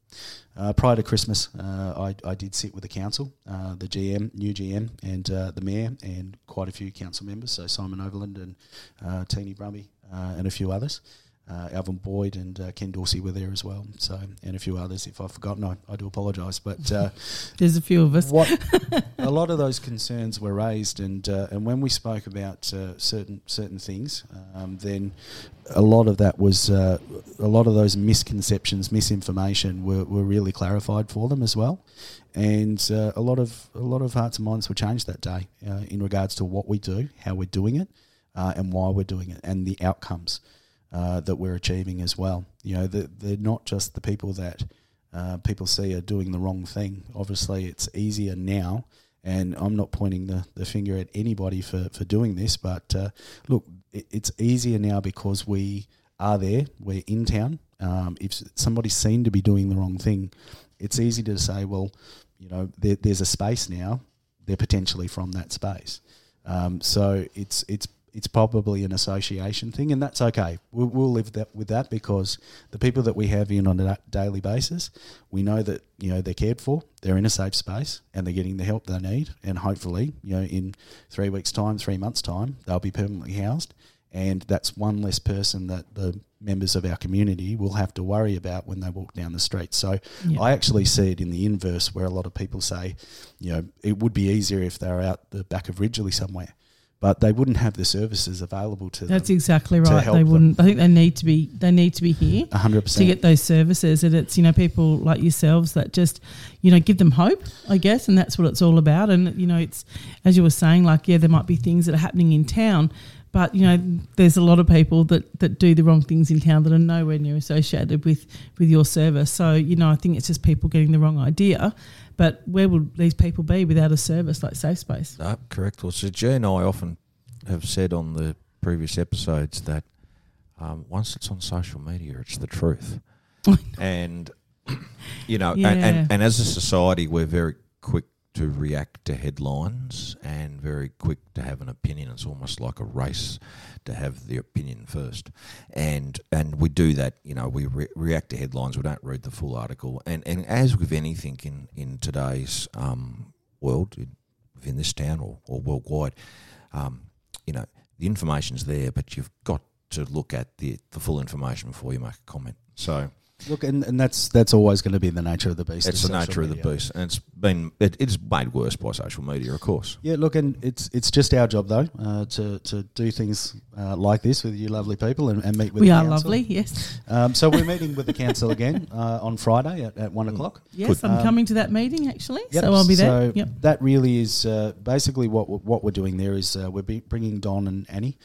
S5: Uh, prior to Christmas, uh, I, I did sit with the council, uh, the GM, new GM, and uh, the mayor, and quite a few council members, so Simon Overland and uh, Teeny Brumby uh, and a few others. Uh, Alvin Boyd and uh, Ken Dorsey were there as well, so and a few others. If I've forgotten, I, I do apologise. But uh,
S2: There's a few of us.
S5: what
S2: [LAUGHS]
S5: a lot of those concerns were raised, and uh, and when we spoke about uh, certain certain things, um, then a lot of that was uh, a lot of those misconceptions, misinformation were, were really clarified for them as well, and uh, a lot of a lot of hearts and minds were changed that day uh, in regards to what we do, how we're doing it, uh, and why we're doing it, and the outcomes uh, that we're achieving as well. You know, the, they're not just the people that uh, people see are doing the wrong thing. Obviously, it's easier now, and I'm not pointing the, the finger at anybody for, for doing this, but uh, look, it, it's easier now because we are there, we're in town. Um, if somebody's seen to be doing the wrong thing, it's easy to say, well, you know, there, there's a space now, they're potentially from that space. Um, so it's it's it's probably an association thing, and that's okay. We'll, we'll live that with that because the people that we have in on a da- daily basis, we know that you know they're cared for, they're in a safe space, and they're getting the help they need. And hopefully, you know, in three weeks' time, three months' time, they'll be permanently housed, and that's one less person that the members of our community will have to worry about when they walk down the street. So
S2: Yeah.
S5: I actually see it in the inverse, where a lot of people say, you know, it would be easier if they were out the back of Ridgely somewhere. but they wouldn't have the services available to
S2: That's
S5: them.
S2: exactly
S5: to
S2: right.
S5: help
S2: They
S5: them.
S2: wouldn't. I think they need to be. They need to be here
S5: hundred
S2: to
S5: percent.
S2: get those services, and it's you know people like yourselves that just you know give them hope, I guess, and that's what it's all about. And you know, it's as you were saying, like yeah, there might be things that are happening in town, but you know, there's a lot of people that that do the wrong things in town that are nowhere near associated with with your service. So you know, I think it's just people getting the wrong idea. But where would these people be without a service like Safe Space?
S1: No, correct. Well, so G and I often have said on the previous episodes that um, once it's on social media, it's the truth. and [CLEARS THROAT] you know, and,
S2: Yeah.
S1: and, and as a society, we're very quick to react to headlines and very quick to have an opinion. It's almost like a race to have the opinion first, and and we do that. You know, we re- react to headlines. We don't read the full article. And and as with anything in in today's um, world, in, within this town or, or worldwide, um, you know, the information's there, but you've got to look at the the full information before you make a comment. So.
S5: Look, and, and that's that's always going to be the nature of the beast.
S1: It's
S5: of
S1: the
S5: social
S1: nature of the
S5: media.
S1: beast, and it's been it, it's made worse by social media, of course.
S5: Yeah, look, and it's it's just our job though uh, to to do things uh, like this with you lovely people and, and meet with.
S2: We
S5: the
S2: are
S5: council.
S2: lovely. Yes,
S5: Um, so we're meeting with the council again [LAUGHS] uh, on Friday at, at one o'clock.
S2: yes, I'm
S5: Um,
S2: coming to that meeting actually,
S5: Yep,
S2: so I'll be there.
S5: So
S2: Yep.
S5: that really is uh, basically what what we're doing there is uh, we're be- bringing Don and Annie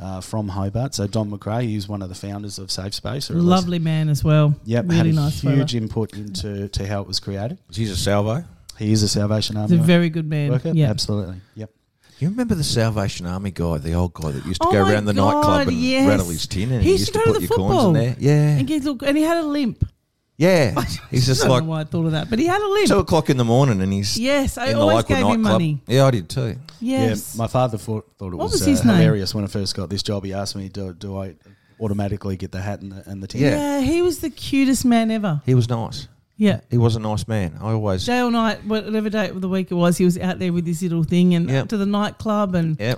S5: uh, from Hobart. So Don McRae, who's one of the founders of Safe Space, or at least-
S2: Lovely man as well.
S5: Yep, had
S2: really
S5: a
S2: nice. fella.
S5: huge input into to how it was created.
S1: He's Mm. a salvo.
S5: He is a Salvation
S2: He's
S5: Army
S2: a very good man.
S5: worker.
S2: Yeah.
S5: Absolutely. Yep.
S1: You remember the Salvation Army guy, the old guy that used to
S2: Oh
S1: go
S2: my
S1: around the
S2: God,
S1: nightclub and
S2: yes.
S1: rattle his tin, and
S2: He
S1: he
S2: used
S1: used
S2: to
S1: to,
S2: go to
S1: put
S2: the
S1: your coins in there.
S2: football.
S1: Yeah,
S2: And he, look, and he had a limp. [LAUGHS]
S1: yeah. He's just
S2: I don't
S1: like
S2: know why I thought of that, but he had a limp.
S1: two o'clock in the morning, and he's
S2: yes, I
S1: in the
S2: always
S1: local
S2: gave him
S1: nightclub.
S2: money.
S1: Yeah, I did too.
S2: Yes.
S5: Yeah. My father thought, thought it
S2: What
S5: was,
S2: was his
S5: uh,
S2: name?
S5: hilarious when I first got this job. He asked me, "Do, do I automatically get the hat and the, and the tin?"
S1: Yeah.
S2: yeah. he was the cutest man ever.
S1: He was nice.
S2: Yeah.
S1: He was a nice man. I always.
S2: Day or night, whatever day of the week it was, he was out there with his little thing and
S1: Yep.
S2: up to the nightclub and
S1: Yeah.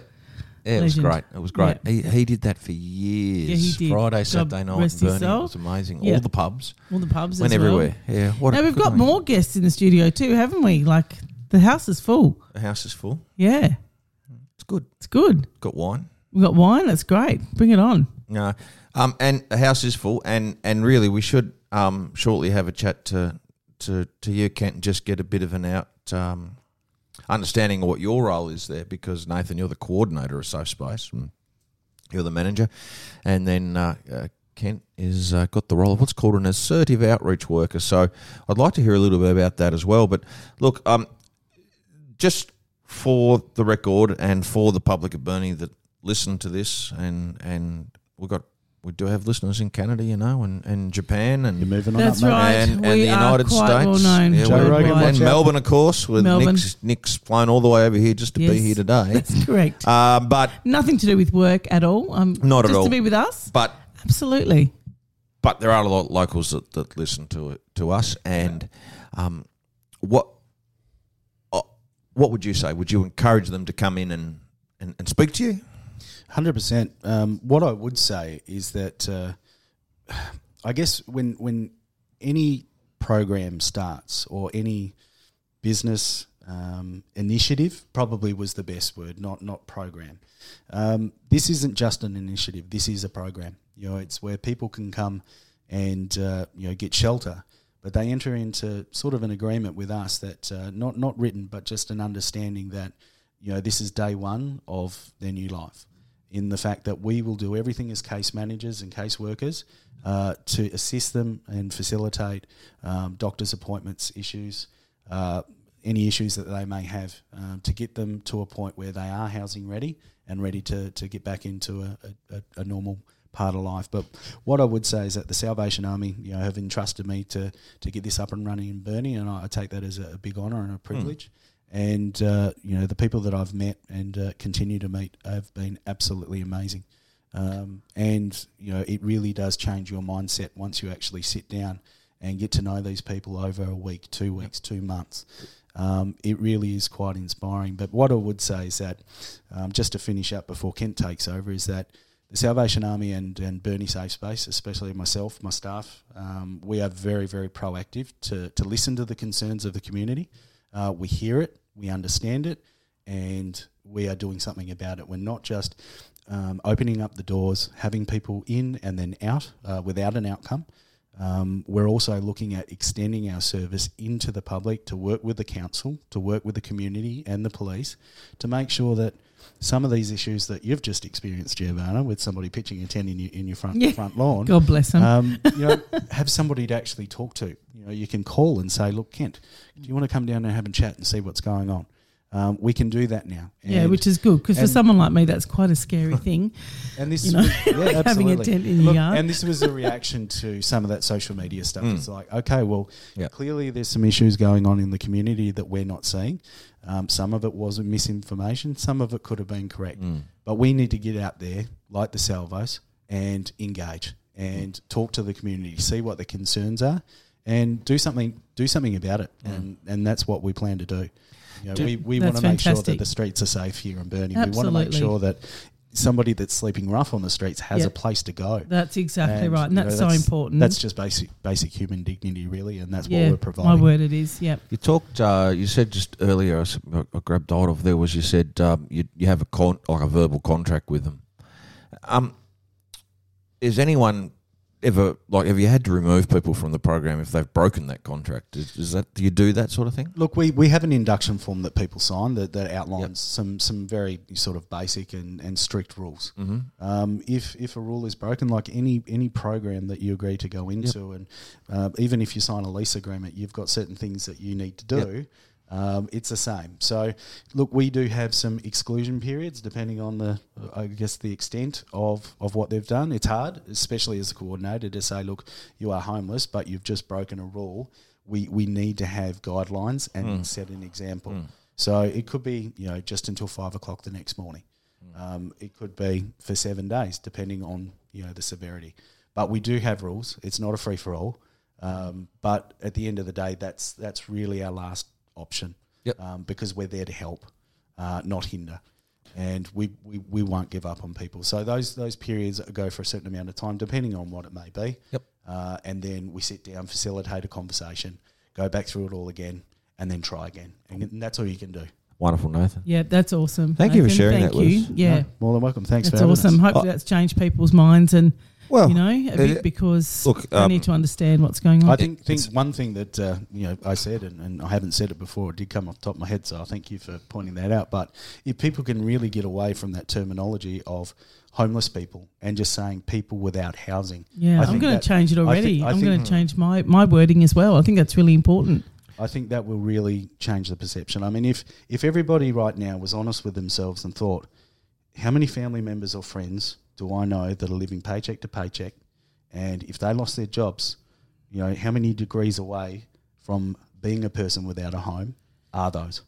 S1: Yeah, it was
S2: Legend.
S1: great. It was great. He, he did that for years.
S2: did.
S1: Friday,
S2: God
S1: Saturday night,
S2: rest
S1: and
S2: his
S1: burning.
S2: soul.
S1: It was amazing.
S2: Yeah.
S1: All the pubs
S2: all the pubs.
S1: went
S2: as well.
S1: everywhere. Yeah. What a
S2: Now we've
S1: good
S2: got
S1: on him.
S2: more guests in the studio too, haven't we? Like the house is full.
S1: The house is full.
S2: Yeah,
S1: It's good.
S2: it's good.
S1: Got wine.
S2: We've got wine. That's great. Bring it on.
S1: No, um, and the house is full, and and really we should um shortly have a chat to to to you, Kent, and just get a bit of an out um understanding of what your role is there, because Nathan, you're the coordinator of Safe Space, and you're the manager, and then. Uh, uh, Kent is uh, got the role of what's called an assertive outreach worker. So I'd like to hear a little bit about that as well. But look, um, just for the record and for the public of Burnie that listen to this, and and we got we do have listeners in Canada, you know, and, and Japan
S5: You're
S1: and
S5: moving on
S2: That's
S5: up, mate.
S2: right.
S1: and, and
S2: We
S1: the
S2: are
S1: United
S2: quite
S1: States,
S2: well known.
S1: Yeah,
S5: Joe
S1: we're-
S5: Rogan,
S1: and
S5: watch out.
S1: Melbourne, of course, with
S2: Melbourne.
S1: Nick's Nick's flown all the way over here just to be
S2: Yes.
S1: here
S2: [LAUGHS]
S1: today.
S2: That's correct.
S1: Uh, but
S2: Nothing to do with work at all. Um,
S1: Not at
S2: just
S1: all.
S2: to be with us.
S1: but
S2: Absolutely.
S1: but there are a lot of locals that, that listen to it to us. And um, what uh, what would you say? Would you encourage them to come in and, and, and speak to you?
S5: Hundred percent. Um, what I would say is that uh, [SIGHS] I guess when when any program starts or any business um, initiative probably was the best word, not not program. Um, this isn't just an initiative. This is a program. You know, it's where people can come and uh, you know get shelter, but they enter into sort of an agreement with us that uh, not not written, but just an understanding that you know this is day one of their new life in the fact that we will do everything as case managers and case workers uh, to assist them and facilitate um, doctors' appointments issues, uh, any issues that they may have, um, to get them to a point where they are housing ready and ready to, to get back into a, a, a- a normal part of life. But what I would say is that the Salvation Army, you know, have entrusted me to to get this up and running in Burnie, and I, I take that as a, a big honour and a privilege and uh, you know the people that I've met and uh, continue to meet have been absolutely amazing. Um, and you know it really does change your mindset once you actually sit down and get to know these people over a week, two weeks, two months. Um, it really is quite inspiring. But what I would say is that um, just to finish up before Kent takes over is that the Salvation Army and, and Burnie Safe Space, especially myself, my staff, um, we are very, very proactive to, to listen to the concerns of the community. Uh, we hear it, we understand it, and we are doing something about it. We're not just um, opening up the doors, having people in and then out uh, without an outcome. Um, we're also looking at extending our service into the public to work with the council, to work with the community and the police to make sure that some of these issues that you've just experienced, Giovanna, with somebody pitching a tent in your, in your front,
S2: Yeah.
S5: front lawn,
S2: God bless them. [LAUGHS]
S5: um, you know, have somebody to actually talk to. You know, you can call and say, "Look, Kent, do you want to come down and have a chat and see what's going on?" Um, we can do that now.
S2: yeah,
S5: And-
S2: which is good because for
S5: and-
S2: someone like me, that's quite a
S5: [LAUGHS]
S2: scary thing. [LAUGHS]
S5: and this
S2: you know, [LAUGHS]
S5: was, yeah,
S2: like having a
S5: absolutely.
S2: tent in your
S5: Look,
S2: yard.
S5: And this was a reaction to some of that social media stuff. It's like, okay, well,
S1: Yeah.
S5: clearly there's some issues going on in the community that we're not seeing. Um, some of it was misinformation. Some of it could have been correct. But we need to get out there, like the salvos, and engage and talk to the community, see what the concerns are, and do something. Do something about it. And and that's what we plan to do. You know,
S2: Mm. Do-
S5: we we
S2: That's
S5: want to make sure that
S2: fantastic.
S5: the streets are safe here in Burnie. We want to make
S2: Absolutely.
S5: sure that somebody that's sleeping rough on the streets has
S2: Yeah.
S5: a place to go.
S2: That's exactly right, and
S5: you know,
S2: that's, so important.
S5: That's just basic basic human dignity, really, and that's
S2: yeah,
S5: what we're providing.
S2: my word, it is. Yep.
S1: You talked. Uh, you said just earlier. I s- I, I grabbed hold of there was you said um, you you have a con like a verbal contract with them. Um, is anyone ever like have you had to remove people from the program if they've broken that contract? Is, is that do you do that sort of thing?
S5: Look, we, we have an induction form that people sign that, that outlines some some very sort of basic and, and strict rules.
S1: Mm-hmm.
S5: Um, if if a rule is broken, like any any program that you agree to go into, and uh, even if you sign a lease agreement, you've got certain things that you need to do. Um, it's the same. So, look, we do have some exclusion periods depending on the, I guess, the extent of, of what they've done. It's hard, especially as a coordinator, to say, look, you are homeless, but you've just broken a rule. We we need to have guidelines and set an example. So it could be, you know, just until five o'clock the next morning. Um, it could be for seven days, depending on you know the severity. But we do have rules. It's not a free for all. Um, but at the end of the day, that's that's really our last option
S1: Yep.
S5: um, because we're there to help, uh, not hinder. And we, we, we won't give up on people. So those those periods go for a certain amount of time, depending on what it may be.
S1: Yep.
S5: Uh, and then we sit down, facilitate a conversation, go back through it all again, and then try again. And that's all you can do.
S1: Wonderful, Nathan.
S2: Yeah, that's awesome.
S1: Thank you for
S2: Nathan.
S1: sharing
S2: Thank
S1: that with
S2: you.
S1: us.
S2: Yeah,
S5: No, more than welcome. Thanks.
S2: that's
S5: for having us. Oh,
S2: awesome. Hopefully, that's changed people's minds and
S1: Well,
S2: you know a bit
S1: uh,
S2: because
S1: look,
S2: they
S1: um,
S2: need to understand what's going on.
S5: I think, think one thing that uh, you know I said, and, and I haven't said it before, it did come off the top of my head, so I thank you for pointing that out. But if people can really get away from that terminology of homeless people and just saying people without housing,
S2: yeah,
S5: I
S2: I'm
S5: think
S2: going
S5: that-
S2: to change it
S5: I
S2: already.
S5: think- Hmm. I
S2: I'm
S5: think-
S2: going to change my, my wording as well. I think that's really important.
S5: I think that will really change the perception. I mean, if if everybody right now was honest with themselves and thought, how many family members or friends do I know that are living paycheck to paycheck, and if they lost their jobs, you know, how many degrees away from being a person without a home are those?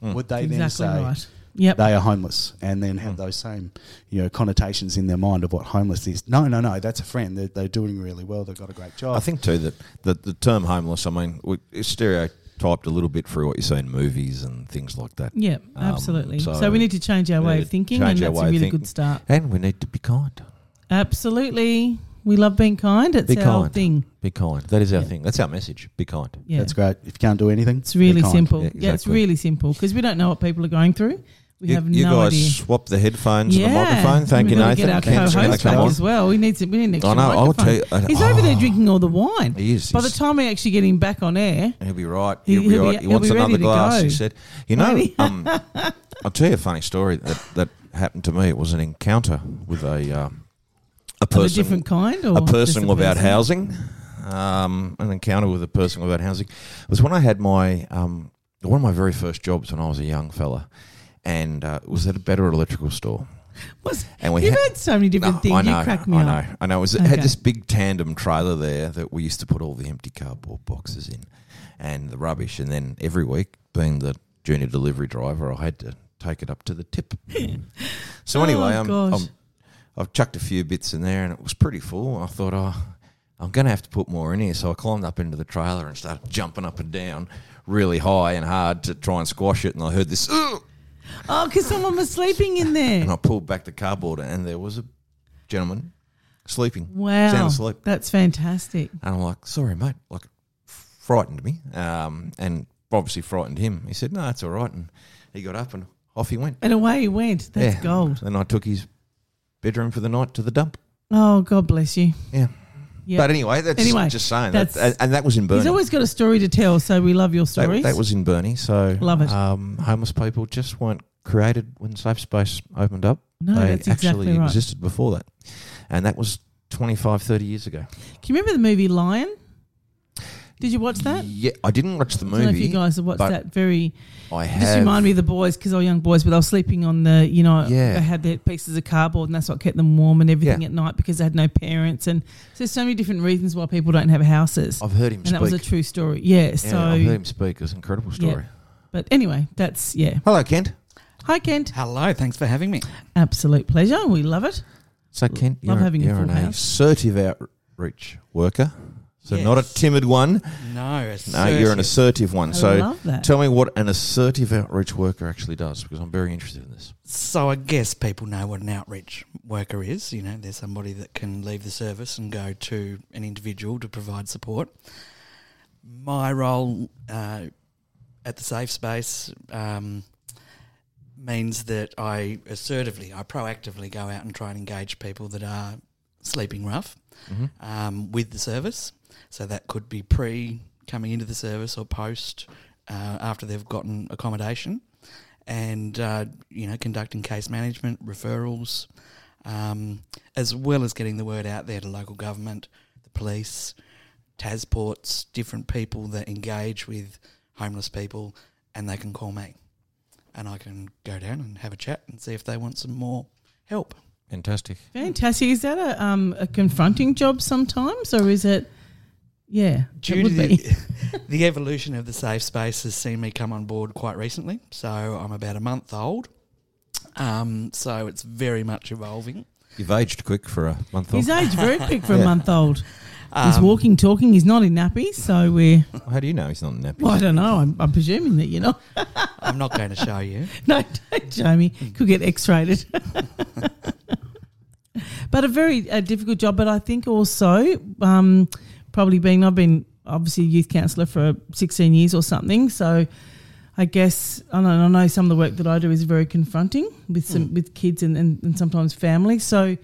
S1: Hmm.
S5: Would they then
S2: exactly
S5: say?
S2: right. Yep.
S1: um,
S5: They are homeless, and then
S1: Hmm.
S5: have those same, you know, connotations in their mind of what homeless is. No, no, no, that's a friend. They're, they're doing really well. They've got a great job.
S1: I think too that the, the term homeless. I mean, we- it's stereotyped a little bit through what you see in movies and things like that.
S2: yeah,
S1: Um,
S2: absolutely.
S1: so-
S2: so, we need to change our
S1: We
S2: way
S1: need
S2: of
S1: to
S2: thinking,
S1: change
S2: and
S1: our
S2: that's
S1: way
S2: a
S1: of
S2: really
S1: thinking.
S2: good start.
S1: And we need to be kind.
S2: Absolutely. We love being kind. It's
S1: Be
S2: our
S1: kind.
S2: thing.
S1: Be kind. That is our
S2: Yeah.
S1: thing. That's our message. Be kind.
S2: Yeah.
S5: that's great. If you can't do anything,
S2: It's really
S5: be kind.
S2: simple.
S1: Yeah,
S2: Yeah, it's
S1: exactly.
S2: really simple because we don't know what people are going through. We
S1: you
S2: have
S1: you
S2: no
S1: guys [LAUGHS]
S2: idea.
S1: swap the headphones and the
S2: Yeah.
S1: microphone. Thank you,
S2: We've gotta
S1: Nathan.
S2: Get our
S1: Ken's gonna
S2: co-host
S1: come
S2: back
S1: on.
S2: as well. We need some, we need an extra
S1: I know. I'll
S2: microphone.
S1: tell you. I- Ah.
S2: He's over there drinking all the wine.
S1: He is.
S2: By the
S1: He's-
S2: time we actually get him back on air,
S1: He'll be right.
S2: He-
S1: He'll, be
S2: he'll be-
S1: right. he
S2: he'll
S1: wants
S2: be ready
S1: another
S2: to
S1: glass.
S2: go.
S1: He said, "You know,
S2: Ready?
S1: um, I'll tell you a funny story that, that happened to me. It was an encounter with a uh, a
S2: of a
S1: person,
S2: different kind, or
S1: a person
S2: just
S1: without
S2: person?
S1: housing, um, an encounter with a person without housing. It was when I had my um, one of my very first jobs when I was a young fella, and uh, it was at a better electrical store.
S2: Was-
S1: And we
S2: You've
S1: had-
S2: had so many different
S1: No,
S2: things.
S1: Oh, I know,
S2: you crack me
S1: I
S2: up.
S1: know, I know. It, was, it had
S2: Okay.
S1: this big tandem trailer there that we used to put all the empty cardboard boxes in and the rubbish. And then every week, being the junior delivery driver, I had to take it up to the
S2: [LAUGHS]
S1: tip. so
S2: Oh,
S1: anyway, I'm,
S2: gosh.
S1: I'm, I've chucked a few bits in there and it was pretty full. I thought, oh, I'm going to have to put more in here. So I climbed up into the trailer and started jumping up and down really high and hard to try and squash it. And I heard this, [CLEARS THROAT] "Ugh,"
S2: Oh, because someone was sleeping in there.
S1: and I pulled back the cardboard and there was a gentleman sleeping, sound
S2: Wow,
S1: asleep.
S2: that's fantastic.
S1: And I'm like, sorry, mate. Like, it frightened me. Um, and obviously frightened him. He said, no, it's all right. And he got up and Off he went.
S2: And away he went. That's
S1: Yeah.
S2: gold.
S1: And I took his bedroom for the night to the dump.
S2: Oh, God bless you.
S1: Yeah.
S2: Yeah.
S1: But anyway, that's
S2: Anyway,
S1: just saying. That,
S2: that's-
S1: and that was in Burnie.
S2: He's always got a story to tell, so we love your
S1: that,
S2: stories.
S1: that was in Burnie. So
S2: Love it.
S1: Um, homeless people just weren't created when Safe Space opened up.
S2: no,
S1: they
S2: that's
S1: actually
S2: exactly right.
S1: existed before that. And that was 25, 30 years ago.
S2: Can you remember the movie Lion? Did you watch that?
S1: Yeah, I didn't watch the
S2: I don't know if you
S1: movie.
S2: guys have watched
S1: but
S2: that very.
S1: I
S2: It
S1: have.
S2: just reminded me of the boys because they were young boys, but they were sleeping on the, you know,
S1: Yeah.
S2: they had their pieces of cardboard and that's what kept them warm and everything
S1: Yeah.
S2: at night because they had no parents. And so there's so many different reasons why people don't have houses.
S1: I've heard him
S2: and that was a
S1: speak.
S2: true story. Yeah.
S1: yeah, I've heard
S2: So,
S1: him speak. It was an incredible
S2: Yeah.
S1: story.
S2: but anyway, that's, yeah.
S1: Hello, Kent.
S2: Hi, Kent.
S6: Hello, thanks for having me.
S2: Absolute pleasure. We love it.
S1: So, Kent,
S2: love
S1: you're,
S2: having a
S1: you're
S2: full
S1: an
S2: house.
S1: assertive outreach worker. So,
S6: Yes.
S1: not a timid one.
S6: No,
S1: No, you're an
S6: assertive.
S1: assertive one.
S2: I
S1: so,
S2: love that.
S1: Tell me what an assertive outreach worker actually does, because I'm very interested in this.
S6: So I guess people know what an outreach worker is. You know, they're somebody that can leave the service and go to an individual to provide support. My role uh, at the Safe Space um, means that I assertively, I proactively go out and try and engage people that are sleeping rough
S1: Mm-hmm.
S6: um, with the service. So that could be pre coming into the service or post uh, after they've gotten accommodation and uh, you know conducting case management referrals um, as well as getting the word out there to local government the police tasports different people that engage with homeless people and they can call me and i can go down and have a chat and see if they want some more help
S1: Fantastic.
S2: Fantastic. Is that a, um, a confronting job sometimes or is it, yeah,
S6: due
S2: it
S6: to
S2: would be.
S6: the, [LAUGHS] the evolution of the safe space has seen me come on board quite recently. So I'm about a month old. Um, so it's very much evolving.
S1: You've aged quick for a
S2: [LAUGHS]
S1: month old.
S2: He's aged very quick for
S1: Yeah.
S2: a month old. He's
S6: Um,
S2: walking, talking. He's not in nappies, so we're. [LAUGHS]
S1: How do you know he's not a nappy?
S2: Well, I don't know. I'm, I'm presuming that you're not.
S6: I'm not going to show you.
S2: [LAUGHS] No, don't, Jamie. Could get X-rated. [LAUGHS] but a very uh difficult job. But I think also um, probably being I've been obviously a youth counsellor for 16 years or something. So I guess I, don't know, I know some of the work that I do is very confronting with some with kids and, and, and sometimes family. So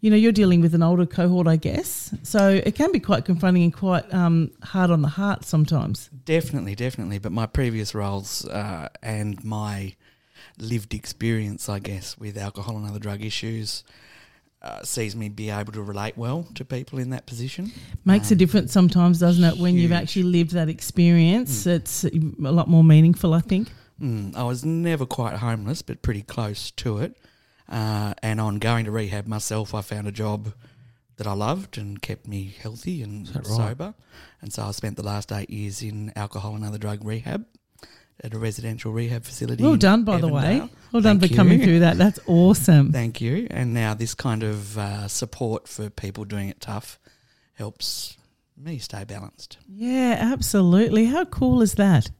S2: you know you're dealing with an older cohort, I guess. So it can be quite confronting and quite um, hard on the heart sometimes.
S6: Definitely, definitely. But my previous roles uh, and my lived experience, I guess, with alcohol and other drug issues uh, sees me be able to relate well to people in that position.
S2: Makes a
S6: Um,
S2: difference sometimes, doesn't it? When you've
S6: huge.
S2: actually lived that experience,
S1: Mm.
S2: it's a lot more meaningful, I think.
S6: Mm, I was never quite homeless, but pretty close to it. Uh, and on going to rehab myself, I found a job that I loved and kept me healthy and
S1: that right?
S6: sober. And so I spent the last eight years in alcohol and other drug rehab at a residential rehab facility.
S2: Well
S6: in
S2: done, by the way.
S6: Avondale.
S2: Well done
S6: Thank
S2: for coming
S6: you.
S2: through that.
S1: [LAUGHS]
S2: That's awesome.
S6: Thank you. And now this kind of uh, support for people doing it tough helps me stay balanced.
S2: yeah, absolutely. How cool is that?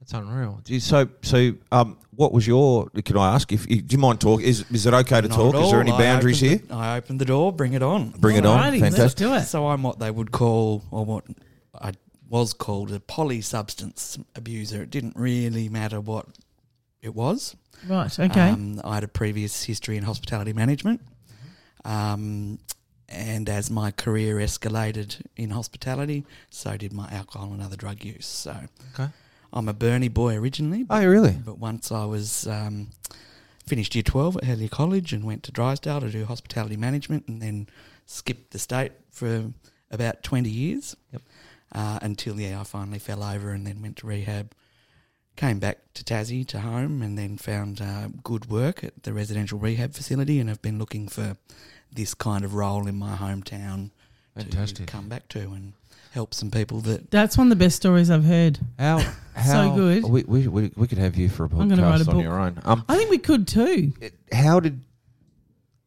S1: That's unreal. Gee, So, so um, what was your? Can I ask if do you mind talk? Is is it okay to
S6: Not
S1: talk?
S6: at
S1: Is there
S6: all.
S1: any
S6: I
S1: boundaries
S6: opened
S1: here?
S6: the- I opened the door. Bring it on.
S1: Bring it on.
S2: Alrighty, Let's
S1: Fantastic.
S2: do it.
S6: So I'm what they would call, or what I was called, a polysubstance abuser. It didn't really matter what it was.
S2: Right. Okay.
S6: Um, I had a previous history in hospitality management. Um, and as my career escalated in hospitality, so did my alcohol and other drug use. So
S1: Okay.
S6: I'm a Burnie boy originally, but,
S1: Oh, really?
S6: but once I was um, finished year 12 at Helier College and went to Drysdale to do hospitality management and then skipped the state for about 20 years
S1: Yep.
S6: uh, until, yeah, I finally fell over and then went to rehab. Came back to Tassie to home and then found uh, good work at the residential rehab facility and have been looking for this kind of role in my hometown
S1: Fantastic.
S6: to come back to and help some people that
S2: That's one of the best stories I've heard.
S6: [LAUGHS]
S1: How how
S2: good.
S1: We, we, we, we could have you for a
S2: I'm gonna write a
S1: podcast on
S2: book.
S1: your own. Um,
S2: I think we could too.
S1: how did?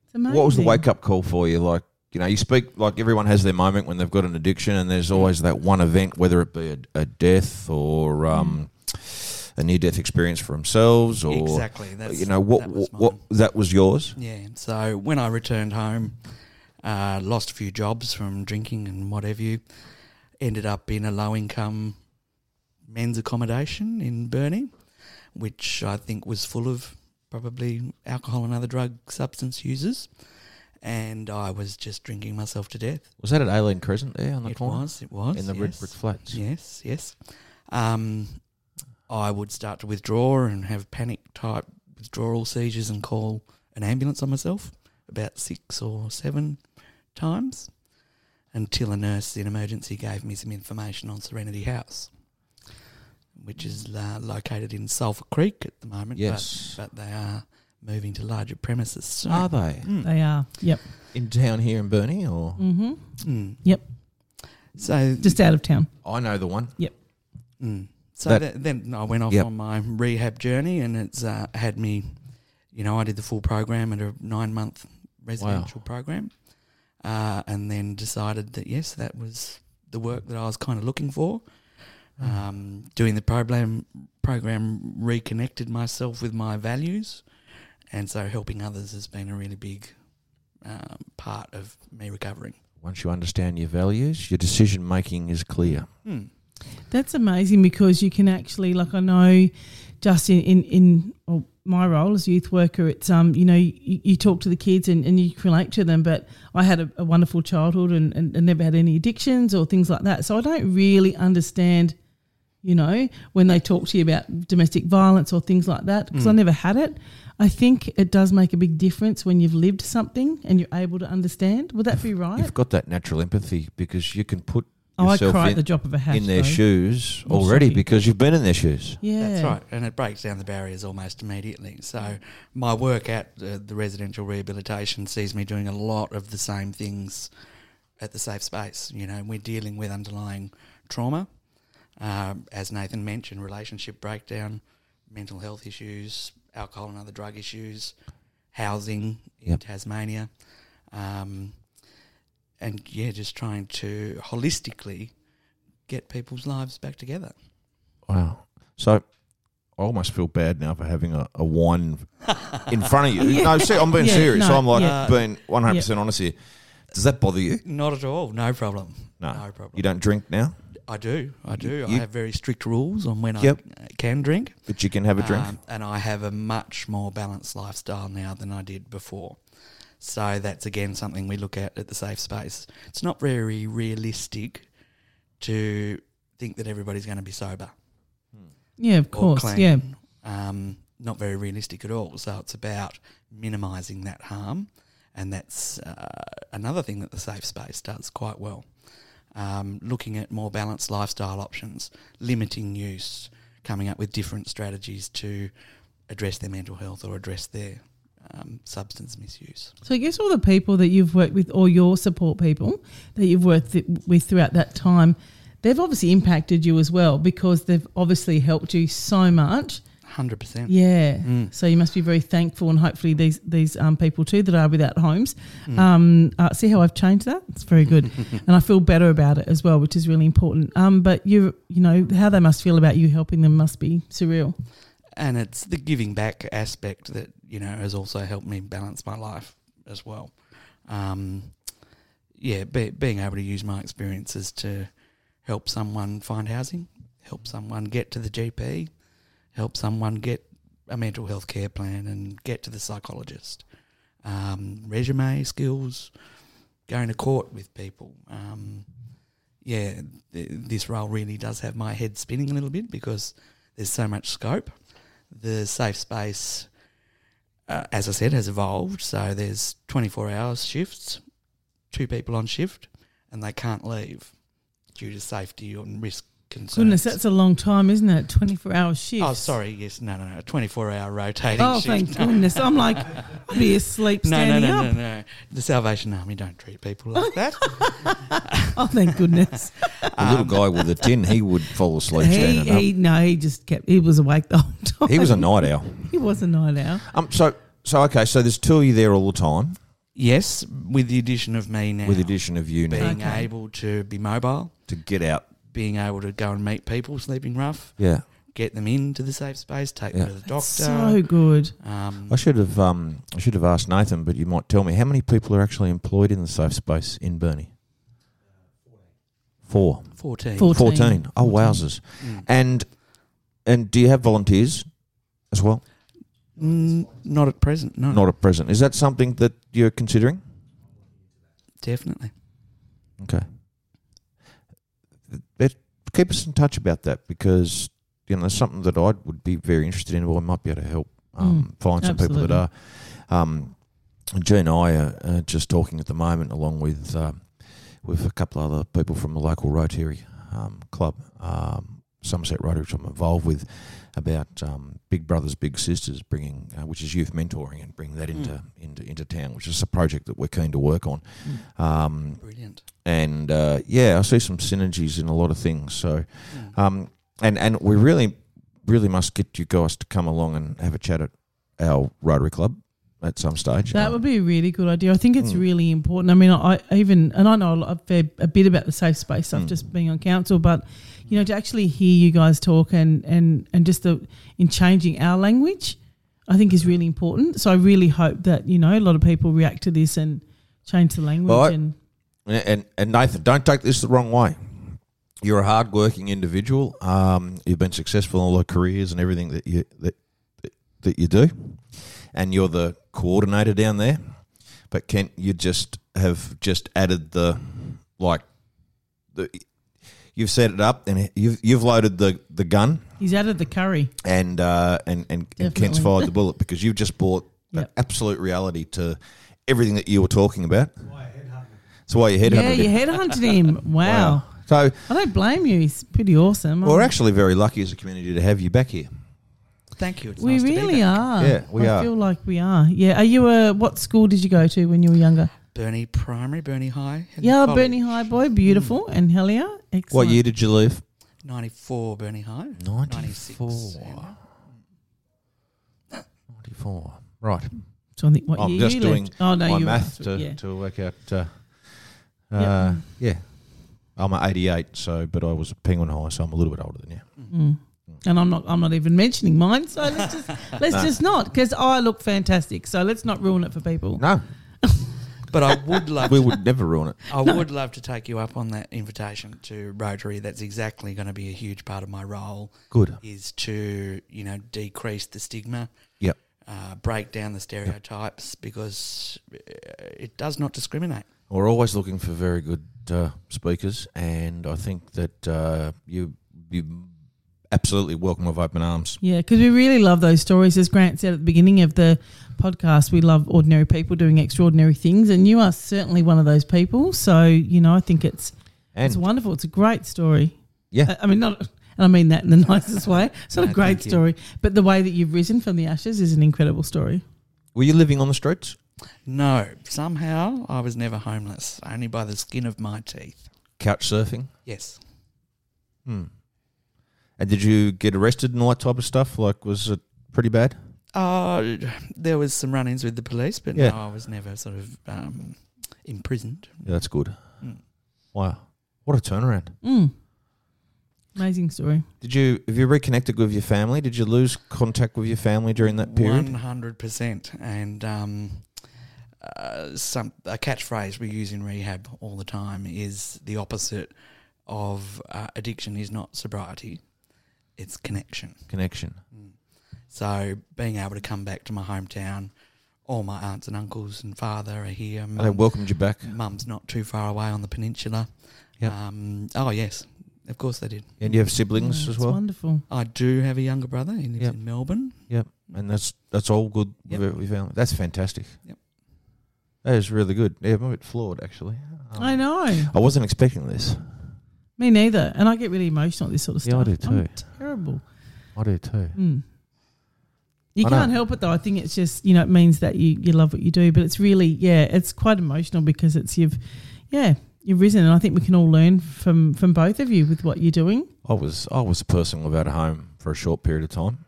S2: It's amazing.
S1: What was the wake up call for you? Like you know, you speak like everyone has their moment when they've got an addiction, and there's always that one event, whether it be a, a death
S6: Hmm.
S1: or um, a near death experience for themselves, or
S6: exactly that's,
S1: you know what
S6: that was
S1: what, what
S6: mine.
S1: that was yours.
S6: Yeah. and So when I returned home, uh, lost a few jobs from drinking and what have you. Ended up in a low income men's accommodation in Burnie, which I think was full of probably alcohol and other drug substance users. And I was just drinking myself to death.
S1: Was that at Alien Crescent there on the
S6: it
S1: corner?
S6: was, it was.
S1: In the red
S6: yes.
S1: brick flats.
S6: Yes, yes. Um, I would start to withdraw and have panic type withdrawal seizures and call an ambulance on myself about six or seven times until a nurse in emergency gave me some information on Serenity House, which is uh, located in Sulphur Creek at the moment. but-
S1: Yes.
S6: But, they are moving to larger premises soon.
S1: Are they
S6: Mm.
S2: They are. Yep.
S1: in town here in Burnie or?
S2: Mm-hmm.
S6: Mm.
S2: Yep.
S6: So
S2: Just out of town.
S1: I know the one.
S6: Mm. So
S1: That-
S6: th- then I went off
S1: Yep.
S6: on my rehab journey, and it's uh, had me, you know, I did the full program at a nine month residential program, uh, and then decided that yes, that was the work that I was kind of looking for.
S1: Mm.
S6: Um, doing the program program reconnected myself with my values, and so helping others has been a really big um, part of me recovering.
S1: Once you understand your values, your decision making is clear.
S6: Mm.
S2: That's amazing because you can actually, like, I know just in, in, in well, my role as a youth worker, it's, um, you know, you, you talk to the kids and, and you can relate to them. But I had a, a wonderful childhood and, and, and never had any addictions or things like that. So I don't really understand, you know, when they talk to you about domestic violence or things like that because I
S1: Mm.
S2: never had it. I think it does make a big difference when you've lived something and you're able to understand. Would that be right?
S1: You've got that natural empathy because you can put
S2: Oh, I
S1: yourself
S2: cry at
S1: in,
S2: the drop of a hat.
S1: in their
S2: though.
S1: shoes
S2: I'm
S1: already
S2: sorry.
S1: because you've been in their shoes.
S2: Yeah.
S6: That's right, and it breaks down the barriers almost immediately. So my work at uh, the residential rehabilitation sees me doing a lot of the same things at the safe space. You know, we're dealing with underlying trauma, um, as Nathan mentioned, relationship breakdown, mental health issues, alcohol and other drug issues, housing in
S1: Yep.
S6: Tasmania, um, and yeah, just trying to holistically get people's lives back together.
S1: Wow. So I almost feel bad now for having a, a wine in front of you. No, see, I'm being
S2: [LAUGHS] Yeah,
S1: serious.
S2: no,
S1: so I'm like
S2: yeah.
S1: being 100% honest here. Does that bother you?
S6: Not at all. No problem.
S1: No.
S6: No problem.
S1: Ah, You don't drink now,
S6: I do. I do.
S1: you-
S6: I have very strict rules on when
S1: Yep.
S6: I uh, can drink.
S1: but you can have a drink.
S6: Um, and I have a much more balanced lifestyle now than I did before. So that's again something we look at at the safe space. It's not very realistic to think that everybody's going to be sober
S2: Yeah, of
S6: or
S2: course.
S6: clean.
S2: Yeah.
S6: Um, not very realistic at all. So it's about minimising that harm, and that's uh, another thing that the safe space does quite well. Um, looking at more balanced lifestyle options, limiting use, coming up with different strategies to address their mental health or address their um, substance misuse.
S2: So I guess all the people that you've worked with, or your support people that you've worked th- with throughout that time, they've obviously impacted you as well because they've obviously helped you so much.
S6: Hundred percent.
S2: Yeah.
S6: Mm. [LAUGHS]
S2: So you must be very thankful, and hopefully these these um, people too that are without homes.
S6: Mm.
S2: Um, uh, see how I've changed that? It's very good, and I feel better about it as well, which is really important. Um, but you you know how they must feel about you helping them must be surreal.
S6: and it's the giving back aspect that you know has also helped me balance my life as well. Um, yeah, be, being able to use my experiences to help someone find housing, help someone get to the GP, help someone get a mental health care plan, and get to the psychologist. Um, resume skills, going to court with people. Um, yeah, th- this role really does have my head spinning a little bit because there's so much scope. The safe space, uh, as I said, has evolved. So there's 24 hours shifts, two people on shift, and they can't leave due to safety and risk concerns.
S2: Goodness, that's a long time, isn't it? Twenty four hour shift.
S6: Oh, sorry. Yes, no, no, no. Twenty-four hour rotating.
S2: Oh,
S6: shift. [LAUGHS]
S2: thank goodness. I'm like, I'll be asleep
S6: No, no,
S2: standing
S6: no,
S2: up.
S6: no, no. The Salvation Army don't treat
S2: [LAUGHS]
S6: people like that.
S2: Oh, thank
S6: [LAUGHS]
S2: goodness.
S1: the little guy with the tin, he would fall asleep
S2: um, he,
S1: standing
S6: um,
S2: he, no, he just kept, he was awake the whole [LAUGHS] time.
S1: up. He was a night owl.
S2: He was a night owl.
S1: Um, so, so okay, so there's two of you there all the time
S6: yes, with the addition of me now,
S1: with the addition of you now
S6: being able to be mobile,
S1: to get out.
S6: being able to go and meet people sleeping rough,
S1: Yeah.
S6: get them into the safe space, take
S1: Yeah.
S6: them to the doctor.
S2: That's so good.
S6: um,
S1: I should have um, I should have asked Nathan, but you might tell me how many people are actually employed in the safe space in Burnie? Four.
S6: 14.
S2: 14.
S1: 14. Oh, wowzers.
S6: Mm.
S1: And and do you have volunteers as well?
S6: Mm, not at present. No,
S1: Not at present. Is that something that you're considering?
S6: definitely.
S1: Okay. That- keep us in touch about that because you know that's something that I would be very interested in. Well, I might be able to help um, find some people that
S2: absolutely.
S1: are. Um, Gene and I are uh, just talking at the moment, along with um with a couple other people from the local Rotary um, club, um, Somerset Rotary, which I'm involved with, about um, Big Brothers Big Sisters, bringing uh, which is youth mentoring and bringing that into into into town, which is a project that we're keen to work on.
S2: Mm.
S1: Um,
S6: Mm, Brilliant.
S1: and uh, yeah, I see some synergies in a lot of things. So,
S6: Mm.
S1: um, and and we really, really must get you guys to come along and have a chat at our Rotary Club at some stage.
S2: That
S1: Uh,
S2: would be a really good idea. I think it's
S1: Mm.
S2: really important. I mean, I I even and I know a, lot, a fair a bit about the safe space stuff
S1: Mm.
S2: just being on council, but you know, to actually hear you guys talk and and and just the in changing our language, I think
S1: Hmm.
S2: is really important. So I really hope that you know a lot of people react to this and change the language.
S1: Well, I-
S2: and
S1: and and Nathan, don't take this the wrong way. You're a hardworking individual. Um, you've been successful in all your careers and everything that you that that you do, and you're the coordinator down there. But Kent, you just have just added the like the you've set it up and you've you've loaded the the gun
S2: he's added the curry.
S1: and uh, and and, and Kent's
S2: Definitely.
S1: fired the bullet because you've just brought an
S2: [LAUGHS] Yep.
S1: absolute reality to everything that you were talking about. That's why your head
S2: yeah, you headhunted
S1: [LAUGHS]
S2: him. Wow.
S1: So
S2: I don't blame you. He's pretty awesome. Um,
S1: we're actually very lucky as a community to have you back here.
S6: Thank you. It's
S2: we
S6: nice to be
S2: really
S6: back.
S2: are.
S1: Yeah, we
S2: I
S1: are.
S2: feel like we are. Yeah. Are you a what school did you go to when you were younger?
S6: Bernie Primary, Bernie High. and
S2: Yeah,
S6: College.
S2: Bernie High Boy, beautiful, and Hellier, excellent.
S1: Mm. What year did you leave?
S6: 94 Bernie High.
S1: 94.
S6: 96, yeah.
S1: 94. Right.
S2: So I think what
S1: I'm
S2: year
S1: just
S2: you
S1: doing
S2: left? Oh no,
S1: My
S2: you
S1: math
S2: were,
S1: to,
S2: yeah.
S1: to work out. Uh, uh, Yeah. I'm an 88, so, but I was at Penguin High, so I'm a little bit older than you.
S2: Mm. And I'm not. I'm not even mentioning
S1: [LAUGHS]
S2: mine. So let's just
S6: Mm. [LAUGHS]
S2: let's
S1: No.
S2: just not because I look fantastic. So let's not ruin it for people.
S1: No,
S6: But I
S1: [LAUGHS]
S6: would love
S1: we would never ruin it.
S6: I would love to take you up on that invitation to Rotary. That's exactly going to be a huge part of my role
S1: Good.
S6: is to you know decrease the stigma.
S1: Yep.
S6: Uh, break down the stereotypes because uh, it does not discriminate.
S1: We're always looking for very good uh, speakers, and I think that uh, you you absolutely welcome with open arms.
S2: Yeah, because we really love those stories. As Grant said at the beginning of the podcast, we love ordinary people doing extraordinary things, and you are certainly one of those people. So you know, I think it's it's
S1: And
S2: wonderful. It's a great story.
S1: Yeah.
S2: I, I mean, not, and I mean that in the [LAUGHS] nicest way. It's not
S6: No,
S2: a great
S6: thank you.
S2: story, but the way that you've risen from the ashes is an incredible story.
S1: were you living on the streets?
S6: No, somehow I was never homeless, only by the skin of my teeth.
S1: Couch surfing?
S6: Yes.
S1: Hmm. And did you get arrested and all that type of stuff? Like, was it pretty bad?
S6: Uh, there was some run-ins with the police, but
S1: Yeah.
S6: no, I was never sort of um, imprisoned.
S1: Yeah, that's good.
S6: Mm.
S1: Wow, what a turnaround!
S2: Mm. Amazing story.
S1: Did you have you reconnected with your family? Did you lose contact with your family during that period?
S6: One hundred percent, and um, uh, some a catchphrase we use in rehab all the time is the opposite of uh, addiction is not sobriety; it's connection.
S1: Connection.
S6: So being able to come back to my hometown, all my aunts and uncles and father are here.
S1: They
S6: Mum,
S1: welcomed you back,
S6: mum's not too far away on the peninsula.
S1: Yep.
S6: Um, oh yes, of course they did.
S1: and you have siblings
S2: Yeah,
S1: as
S2: Mm, it's
S1: well.
S2: Wonderful.
S6: I do have a younger brother. He lives
S1: Yep.
S6: in Melbourne.
S1: and that's that's all good
S6: Yep.
S1: with with family. That's fantastic.
S6: Yep.
S1: That is really good. Yeah, I'm a bit floored actually. Um,
S2: I know.
S1: I wasn't expecting this.
S2: Me neither. And I get really emotional at this sort of
S1: Yeah, I
S2: stuff.
S1: do
S2: I'm
S1: too.
S2: terrible.
S1: I do too.
S2: Mm. You
S1: I know.
S2: can't help it though. I think it's just you know it means that you you love what you do, but it's really yeah, it's quite emotional because it's you've yeah you've risen, and I think we can all learn from from both of you with what you're doing.
S1: I was I was a person without a home for a short period of time,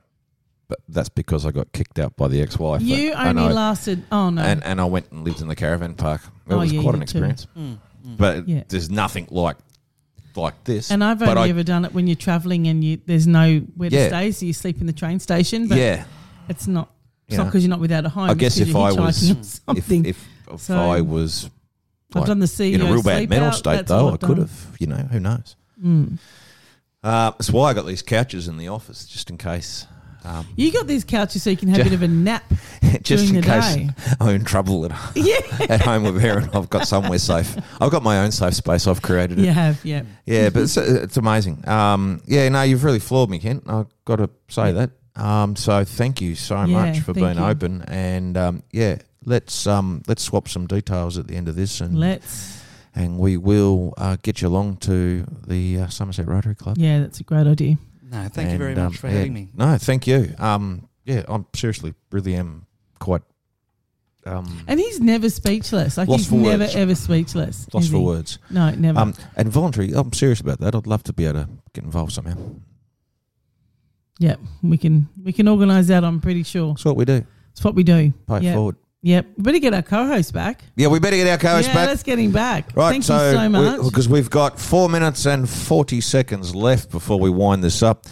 S1: but that's because I got kicked out by the ex-wife.
S2: you
S1: and, and
S2: only
S1: I-
S2: lasted oh no
S1: and, and I went and lived in the caravan park. It
S2: Oh,
S1: was
S2: yeah,
S1: quite
S2: you
S1: an
S2: did too.
S1: experience,
S6: Mm, mm.
S1: but
S2: Yeah.
S1: there's nothing like like this.
S2: And I've
S1: But I-
S2: only ever done it when you're traveling and you there's no where to
S1: Yeah.
S2: stay, so you sleep in the train station. But
S1: yeah,
S2: it's not it's
S1: You
S2: not
S1: know.
S2: because you're not without a home.
S1: I
S2: it's
S1: guess
S2: 'cause
S1: if
S2: you're
S1: I
S2: hitchhiking
S1: was-
S2: or
S1: if
S2: something,
S1: if, if
S2: So-
S1: I was
S2: I've
S1: like,
S2: done the CEO
S1: in a real bad
S2: sleep
S1: mental
S2: out,
S1: state,
S2: that's all
S1: though, I
S2: I've
S1: could
S2: done.
S1: have. You know, who knows?
S2: Mm.
S1: Uh, that's why I got these couches in the office, just in case. Um,
S2: You got these couches so you can have a bit of a nap.
S1: [LAUGHS] just
S2: During
S1: in
S2: the
S1: case
S2: day.
S1: I'm in trouble at,
S2: [LAUGHS] Yeah,
S1: [LAUGHS] at home with Erin, I've got somewhere safe. I've got my own safe space. I've created it.
S2: [LAUGHS] you have. Yeah,
S1: Yeah, but it's, it's amazing. Um, yeah, no, you've really floored me, Kent. I've got to say that. Um, so thank you so
S2: Yeah,
S1: much for
S2: thank
S1: being
S2: you.
S1: open, and um, yeah, let's um, let's swap some details at the end of this, and
S2: let's.
S1: and we will uh, get you along to the uh, Somerset Rotary Club.
S2: Yeah, that's a great idea.
S6: No, thank you very
S1: And, um,
S6: much for
S1: yeah,
S6: having me.
S1: No, thank you. Um, yeah, I'm seriously really am quite um,
S2: And he's never speechless. Like
S1: Lost
S2: he's
S1: for
S2: never
S1: words.
S2: ever speechless.
S1: lost
S2: is
S1: for
S2: he?
S1: words.
S2: No, never.
S1: Um, and voluntary. I'm serious about that. I'd love to be able to get involved somehow.
S2: yep, we can we can organise that. I'm pretty sure
S1: That's what we do.
S2: it's what we do.
S1: Pay it
S2: Yep.
S1: forward.
S2: Yep, we better get our co-host back.
S1: Yeah, we better get our co-host
S2: yeah,
S1: back.
S2: let's get him back.
S1: Right,
S2: Thank
S1: so
S2: you so much.
S1: Because we, have got four minutes and 40 seconds left before we wind this up.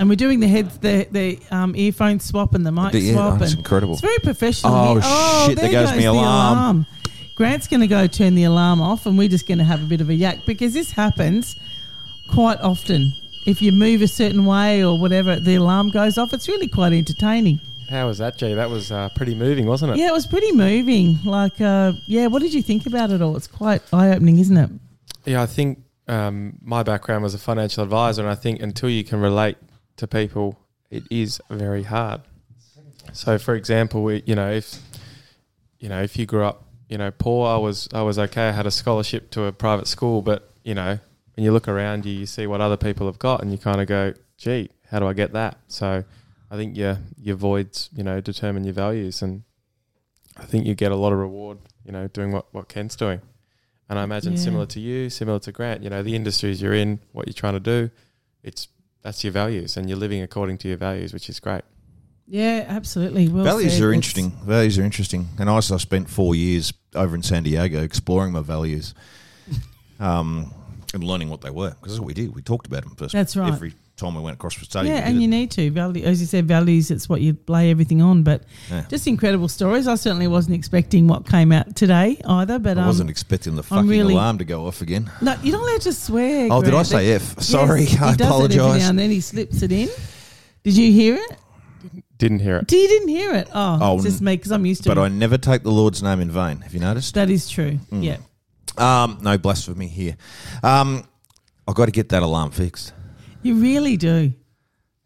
S2: and we're doing the heads, the the um, earphone swap and the mic
S1: The- yeah, oh,
S2: swap.
S1: that's
S2: and
S1: incredible.
S2: It's very professional.
S1: Oh,
S2: here.
S1: shit, there goes me
S2: the
S1: alarm.
S2: Grant's going to go turn the alarm off, and we're just going to have a bit of a yak because this happens quite often. If you move a certain way or whatever, the alarm goes off. It's really quite entertaining.
S4: How was that, Jay? That was uh, pretty moving, wasn't it?
S2: Yeah, it was pretty moving. Like, uh, yeah, what did you think about it all? It's quite eye opening, isn't it?
S4: Yeah, I think um, my background was a financial advisor, and I think until you can relate to people, it is very hard. So, for example, we, you know, if you know, if you grew up, you know, poor, I was, I was okay. I had a scholarship to a private school, but you know, when you look around you, you see what other people have got, and you kind of go, "Gee, how do I get that?" So, I think your your voids, you know, determine your values, and I think you get a lot of reward, you know, doing what what Ken's doing. And I imagine
S2: Yeah.
S4: similar to you, similar to Grant, you know, the industries you're in, what you're trying to do, it's that's your values, and you're living according to your values, which is great.
S2: Yeah, absolutely. Well
S1: values
S2: said.
S1: are
S2: It's-
S1: interesting. Values are interesting. And I also spent four years over in San Diego exploring my
S2: [LAUGHS]
S1: values um, and learning what they were because that's what we did. We talked about them first.
S2: That's right.
S1: Every time we went across the state.
S2: yeah, and you need to value, as you said, values. It's what you lay everything on. But
S1: Yeah.
S2: just incredible stories. I certainly wasn't expecting what came out today either. But um,
S1: I wasn't expecting the fucking
S2: really-
S1: alarm to go off again.
S2: No, you're not allowed to swear.
S1: Oh, did I
S2: Grant.
S1: say F? Sorry, [LAUGHS]
S2: Yes,
S1: I
S2: he does It every now
S1: apologise.
S2: and then he slips it in. Did you hear it?
S4: Didn't hear it.
S2: Do you didn't hear it? Oh,
S1: Oh,
S2: it's just me because I'm used to
S1: But
S2: it.
S1: I Mm. never take the Lord's name in vain. Have you noticed?
S2: that is true. Yeah.
S1: Um, no blasphemy here. Um, I've got to get that alarm fixed.
S2: You really do.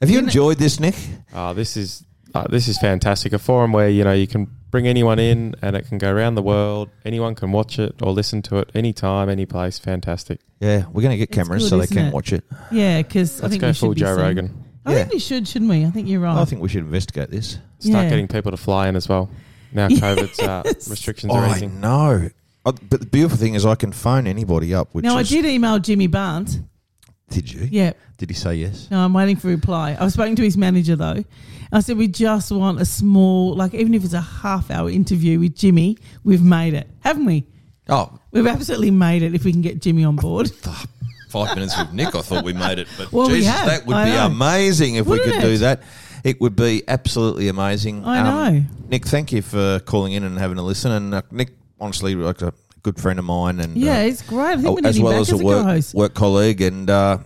S1: Have you
S2: Didn't-
S1: enjoyed this, Nick?
S4: Oh, this is uh, this is fantastic. A forum where you know you can bring anyone in, and it can go around the world. Anyone can watch it or listen to it anytime, any place. Fantastic.
S1: Yeah, we're going to get
S2: It's
S1: cameras
S2: good,
S1: so they
S2: isn't
S1: can
S2: it?
S1: watch it.
S2: Yeah, because I
S4: Let's
S2: think
S4: go
S2: we should
S4: full
S2: be
S4: Joe
S2: seeing-
S4: Rogan.
S2: I
S1: Yeah.
S2: think we should, shouldn't we? I think you're right.
S1: I think we should investigate this.
S4: Start
S2: Yeah.
S4: getting people to fly in as well. Now
S2: [LAUGHS] Yes.
S4: COVID's uh, restrictions are
S1: Oh, I
S4: easing.
S1: know. Uh, But the beautiful thing is, I can phone anybody up. Which
S2: now I
S1: is-
S2: did email Jimmy Barnes.
S1: Did you?
S2: Yeah.
S1: Did he say yes?
S2: No, I'm waiting for a reply. I've spoken to his manager though. I said we just want a small, like even if it's a half hour interview with Jimmy, we've made it, haven't we?
S1: Oh,
S2: We've absolutely made it if we can get Jimmy on board.
S1: five minutes with Nick. I thought we made it, but
S2: Well, we
S1: Jesus,
S2: have.
S1: that would
S2: I
S1: be
S2: know.
S1: amazing if we
S2: Wouldn't
S1: could do
S2: it?
S1: that. It would be absolutely amazing. Um,
S2: I know.
S1: Nick, thank you for calling in and having a listen. And uh, Nick, honestly, like a good friend of mine, and
S2: [LAUGHS] Yeah,
S1: uh,
S2: it's great. I think we need
S1: as
S2: him
S1: well
S2: back
S1: as a work,
S2: co-host.
S1: work colleague, and uh,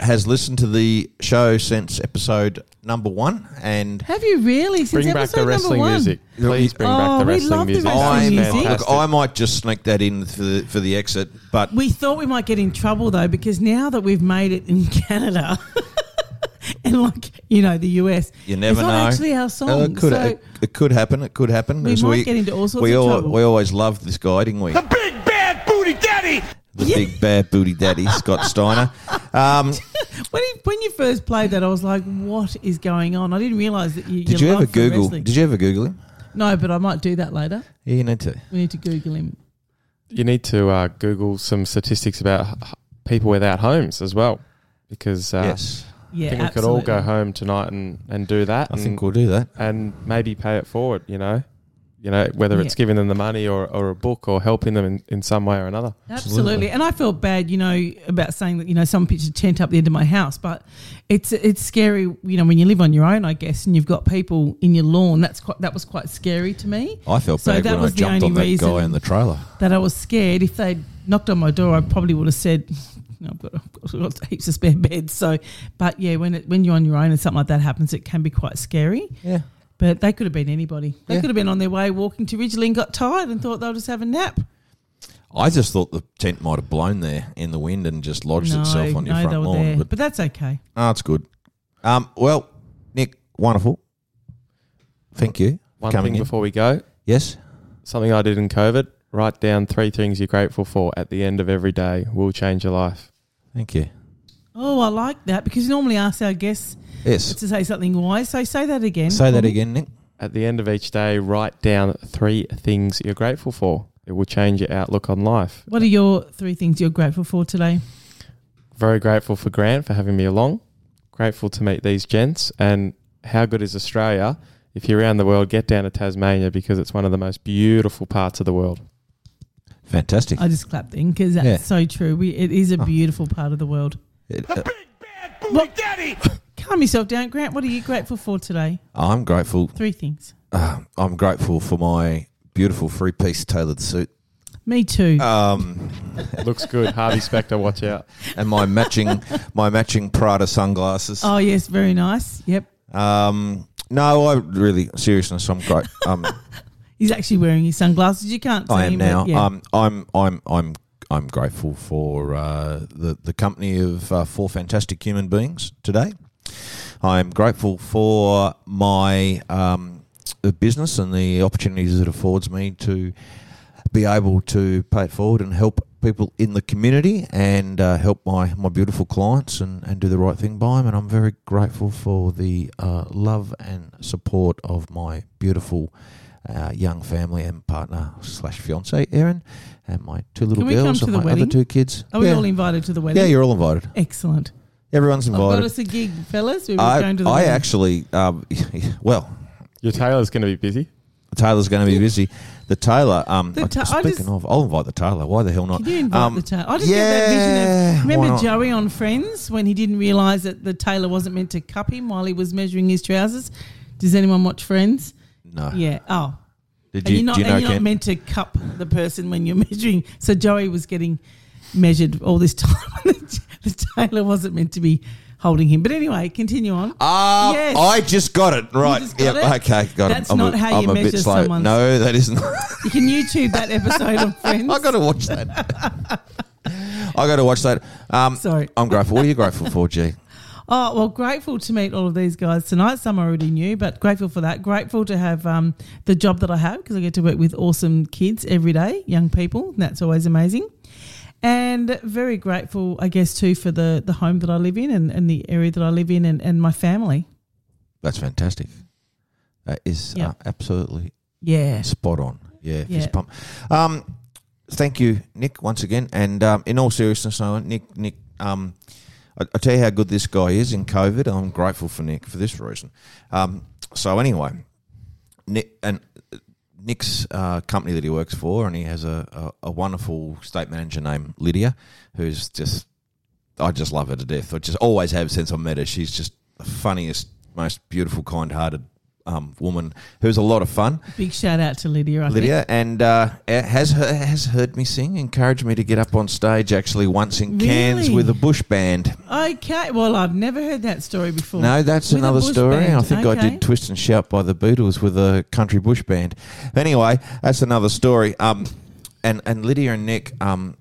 S1: has listened to the show since episode number one. And
S2: Have you really? Since
S4: Bring back
S2: episode
S4: the wrestling
S2: number one?
S4: music. Please bring
S2: Oh,
S4: back the
S2: we
S4: wrestling
S2: love the
S4: music.
S2: wrestling
S4: It's
S1: I,
S2: music.
S1: look,
S4: fantastic.
S1: I might just sneak that in for the, for the exit, but
S2: We thought we might get in trouble though because now that we've made it in [LAUGHS] Canada and like you know the US,
S1: you never
S2: it's not
S1: know.
S2: actually our song.
S1: Uh, it, could,
S2: so
S1: it, it could happen. It could happen.
S2: we
S1: as
S2: might get into all sorts
S1: we,
S2: of
S1: al-
S2: trouble.
S1: we always loved this guy, didn't we?
S3: Big bad booty daddy!
S1: The big bad booty
S2: [LAUGHS]
S1: daddy, Scott Steiner. Um,
S2: When, he, when you first played that, I was like, "What is going on?" I didn't realize that you.
S1: did
S2: your
S1: you ever
S2: love for
S1: Google?
S2: wrestling-
S1: Did you ever Google him?
S2: No, but I might do that later.
S1: Yeah, you need to.
S2: We need to Google him.
S4: You need to uh, Google some statistics about h- people without homes as well, because uh,
S1: yes,
S2: Yeah,
S4: I think
S2: absolutely.
S4: we could all go home tonight and, and do that.
S1: I
S4: and,
S1: think we'll do that.
S4: and maybe pay it forward. You know, you know whether it's
S2: Yeah.
S4: giving them the money or, or a book or helping them in, in some way or another.
S2: Absolutely. And I felt bad, you know, about saying that, you know, someone pitched a tent up the end of my house, but it's it's scary, you know, when you live on your own, I guess, and you've got people in your lawn. That's quite that was quite scary to me.
S1: I felt
S2: So
S1: bad
S2: that
S1: when I
S2: was the
S1: jumped on
S2: only
S1: that guy
S2: reason-
S1: in the trailer.
S2: That I was scared if they'd knocked on my door, I probably would have said, you know, I've got, I've got heaps of spare beds. So, but yeah, when it, when you're on your own and something like that happens, it can be quite scary.
S1: Yeah.
S2: But they could have been anybody. They
S1: Yeah.
S2: could have been on their way walking to Ridgeley and got tired and thought they'll just have a nap.
S1: I just thought the tent might have blown there in the wind and just lodged
S2: no,
S1: itself on your
S2: no, they
S1: front
S2: were
S1: lawn.
S2: there.
S1: But
S2: But that's okay.
S1: ah, it's good. Um, well, Nick, wonderful. Thank you. for
S4: One
S1: coming
S4: thing
S1: in.
S4: before we go,
S1: Yes.
S4: something I did in COVID. Write down three things you're grateful for at the end of every day. Will change your life.
S1: Thank you.
S2: Oh, I like that because you normally ask our guests
S1: Yes.
S2: to say something wise. So say that again.
S1: Say that
S2: Tommy.
S1: again, Nick.
S4: At the end of each day, write down three things you're grateful for. It will change your outlook on life.
S2: What are your three things you're grateful for today?
S4: Very grateful for Grant for having me along. Grateful to meet these gents. And how good is Australia? If you're around the world, get down to Tasmania because it's one of the most beautiful parts of the world.
S1: Fantastic.
S2: I just clapped in because that's
S1: Yeah.
S2: so true. We, it is a
S1: Oh.
S2: beautiful part of the world.
S1: It- uh,
S2: What? [LAUGHS] Calm yourself down, Grant. What are you grateful for today?
S1: I'm grateful.
S2: Three things.
S1: Uh, I'm grateful for my beautiful three-piece tailored suit.
S2: Me too.
S1: Um,
S4: Looks good. Harvey Specter, watch out.
S1: and my
S2: [LAUGHS]
S1: matching my matching Prada sunglasses.
S2: oh yes, very nice. Yep.
S1: Um, no, I really seriousness. I'm great. Um,
S2: He's actually wearing his sunglasses. You can't see
S1: I am
S2: him, but
S1: now.
S2: yeah.
S1: Um, I'm I'm I'm I'm grateful for uh, the the company of uh, four fantastic human beings today. I am grateful for my um, the business and the opportunities it affords me to be able to pay it forward and help people in the community and uh, help my, my beautiful clients and, and do the right thing by them. And I'm very grateful for the uh, love and support of my beautiful uh, young family and partner slash fiance, Erin, and my two little
S2: Can we
S1: girls
S2: come
S1: and
S2: to
S1: my
S2: the wedding?
S1: other two kids.
S2: are we
S1: yeah.
S2: all invited to the wedding?
S1: yeah, you're all invited.
S2: Excellent.
S1: Everyone's
S2: I've got
S1: invited.
S2: us a gig, fellas. We were
S1: I,
S2: going to the
S1: I
S2: wedding.
S1: actually, um, [LAUGHS] well,
S4: Your tailor's going to be busy.
S1: Taylor's going to be busy. The Taylor, um,
S2: The ta- I
S1: speaking
S2: just-
S1: of, I'll invite the Taylor. Why the hell not?
S2: Can you invite
S1: Um,
S2: the tailor? I just get that vision
S1: yeah,
S2: of
S1: why
S2: remember
S1: not?
S2: Joey on Friends when he didn't realise that the tailor wasn't meant to cup him while he was measuring his trousers. Does anyone watch Friends?
S1: No.
S2: Yeah. Oh,
S1: Did
S2: and
S1: you,
S2: you're not,
S1: do you
S2: and
S1: know
S2: you're not
S1: Ken?
S2: meant to cup the person when you're [LAUGHS] measuring. So Joey was getting measured all this [LAUGHS] time. the tailor wasn't meant to be holding him. But anyway, continue on.
S1: Ah,
S2: Yes.
S1: I just got it right.
S2: just got
S1: Yep,
S2: it?
S1: Okay, got
S2: That's
S1: it. I'm
S2: not
S1: a,
S2: how
S1: I'm
S2: you
S1: a bit
S2: measure
S1: slow.
S2: someone's-
S1: No, that is not.
S2: [LAUGHS] You can YouTube that episode of
S1: [LAUGHS]
S2: Friends.
S1: I got to watch that. I got to watch that. Um,
S2: Sorry.
S1: I'm grateful. What are you grateful for, G?
S2: Oh, well, grateful to meet all of these guys tonight. Some I already knew, but grateful for that. Grateful to have um, the job that I have because I get to work with awesome kids every day, young people. And that's always amazing. And very grateful, I guess, too, for the, the home that I live in and, and the area that I live in and, and my family.
S1: That's fantastic. That is
S2: Yeah.
S1: uh, absolutely
S2: Yeah.
S1: Spot on. Yeah,
S2: Yeah.
S1: fist pump. Um, thank you, Nick, once again. And um, in all seriousness, no, Nick, Nick, um, I, I tell you how good this guy is in COVID. I'm grateful for Nick for this reason. Um, so anyway, Nick and uh, Nick's uh, company that he works for, and he has a, a, a wonderful state manager named Lydia, who's just I just love her to death. I just always have since I met her. She's just the funniest, most beautiful, kind-hearted um, woman who's a lot of fun.
S2: Big shout out to Lydia. I Think.
S1: Lydia, and uh, has her, has heard me sing, encouraged me to get up on stage actually once in Cairns
S2: Really?
S1: with a bush band.
S2: Okay. Well, I've never heard that story before.
S1: No, that's
S2: With a
S1: another
S2: bush
S1: story.
S2: band,
S1: I think I
S2: okay.
S1: did "Twist and Shout" by the Beatles with a country bush band. Anyway, that's another story. Um, and and Lydia and Nick um,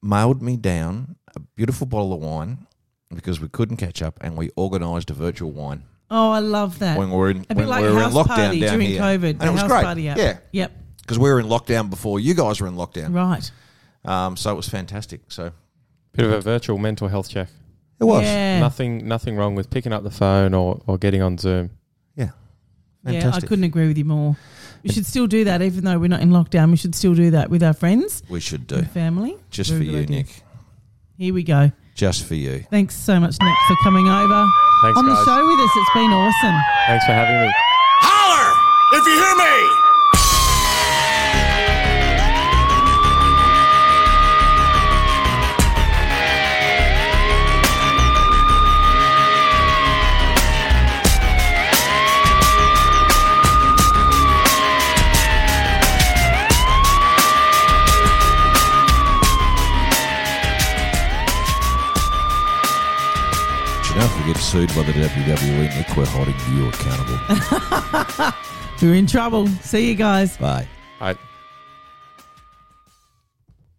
S1: mailed me down a beautiful bottle of wine because we couldn't catch up, and we organised a virtual wine
S2: Oh, I love that.
S1: when we were in,
S2: a
S1: when
S2: bit like
S1: we were in
S2: house
S1: lockdown
S2: party
S1: down
S2: during
S1: here.
S2: COVID.
S1: and
S2: the
S1: it was
S2: house
S1: great.
S2: Party app.
S1: Yeah,
S2: Yep.
S1: because we were in lockdown before you guys were in lockdown.
S2: Right.
S1: Um, so it was fantastic. So
S4: Bit of a virtual mental health check.
S1: it was
S2: Yeah.
S4: Nothing, nothing wrong with picking up the phone or, or getting on Zoom.
S2: Yeah, I
S1: fantastic.
S2: couldn't agree with you more. We should still do that, even though we're not in lockdown. We should still do that with our friends
S1: we should do
S2: and family.
S1: just
S2: Very
S1: for
S2: good
S1: you,
S2: idea.
S1: Nick.
S2: Here we go.
S1: Just for you.
S2: Thanks so much, Nick, for coming over
S4: Thanks,
S2: on the
S4: guys.
S2: show with us. It's been awesome.
S4: Thanks for having me.
S7: Holler if you hear me!
S1: get sued by the WWE, E, Nick, we're
S2: [LAUGHS]
S1: holding you accountable.
S2: We're in trouble. See you guys.
S1: Bye.
S4: Right.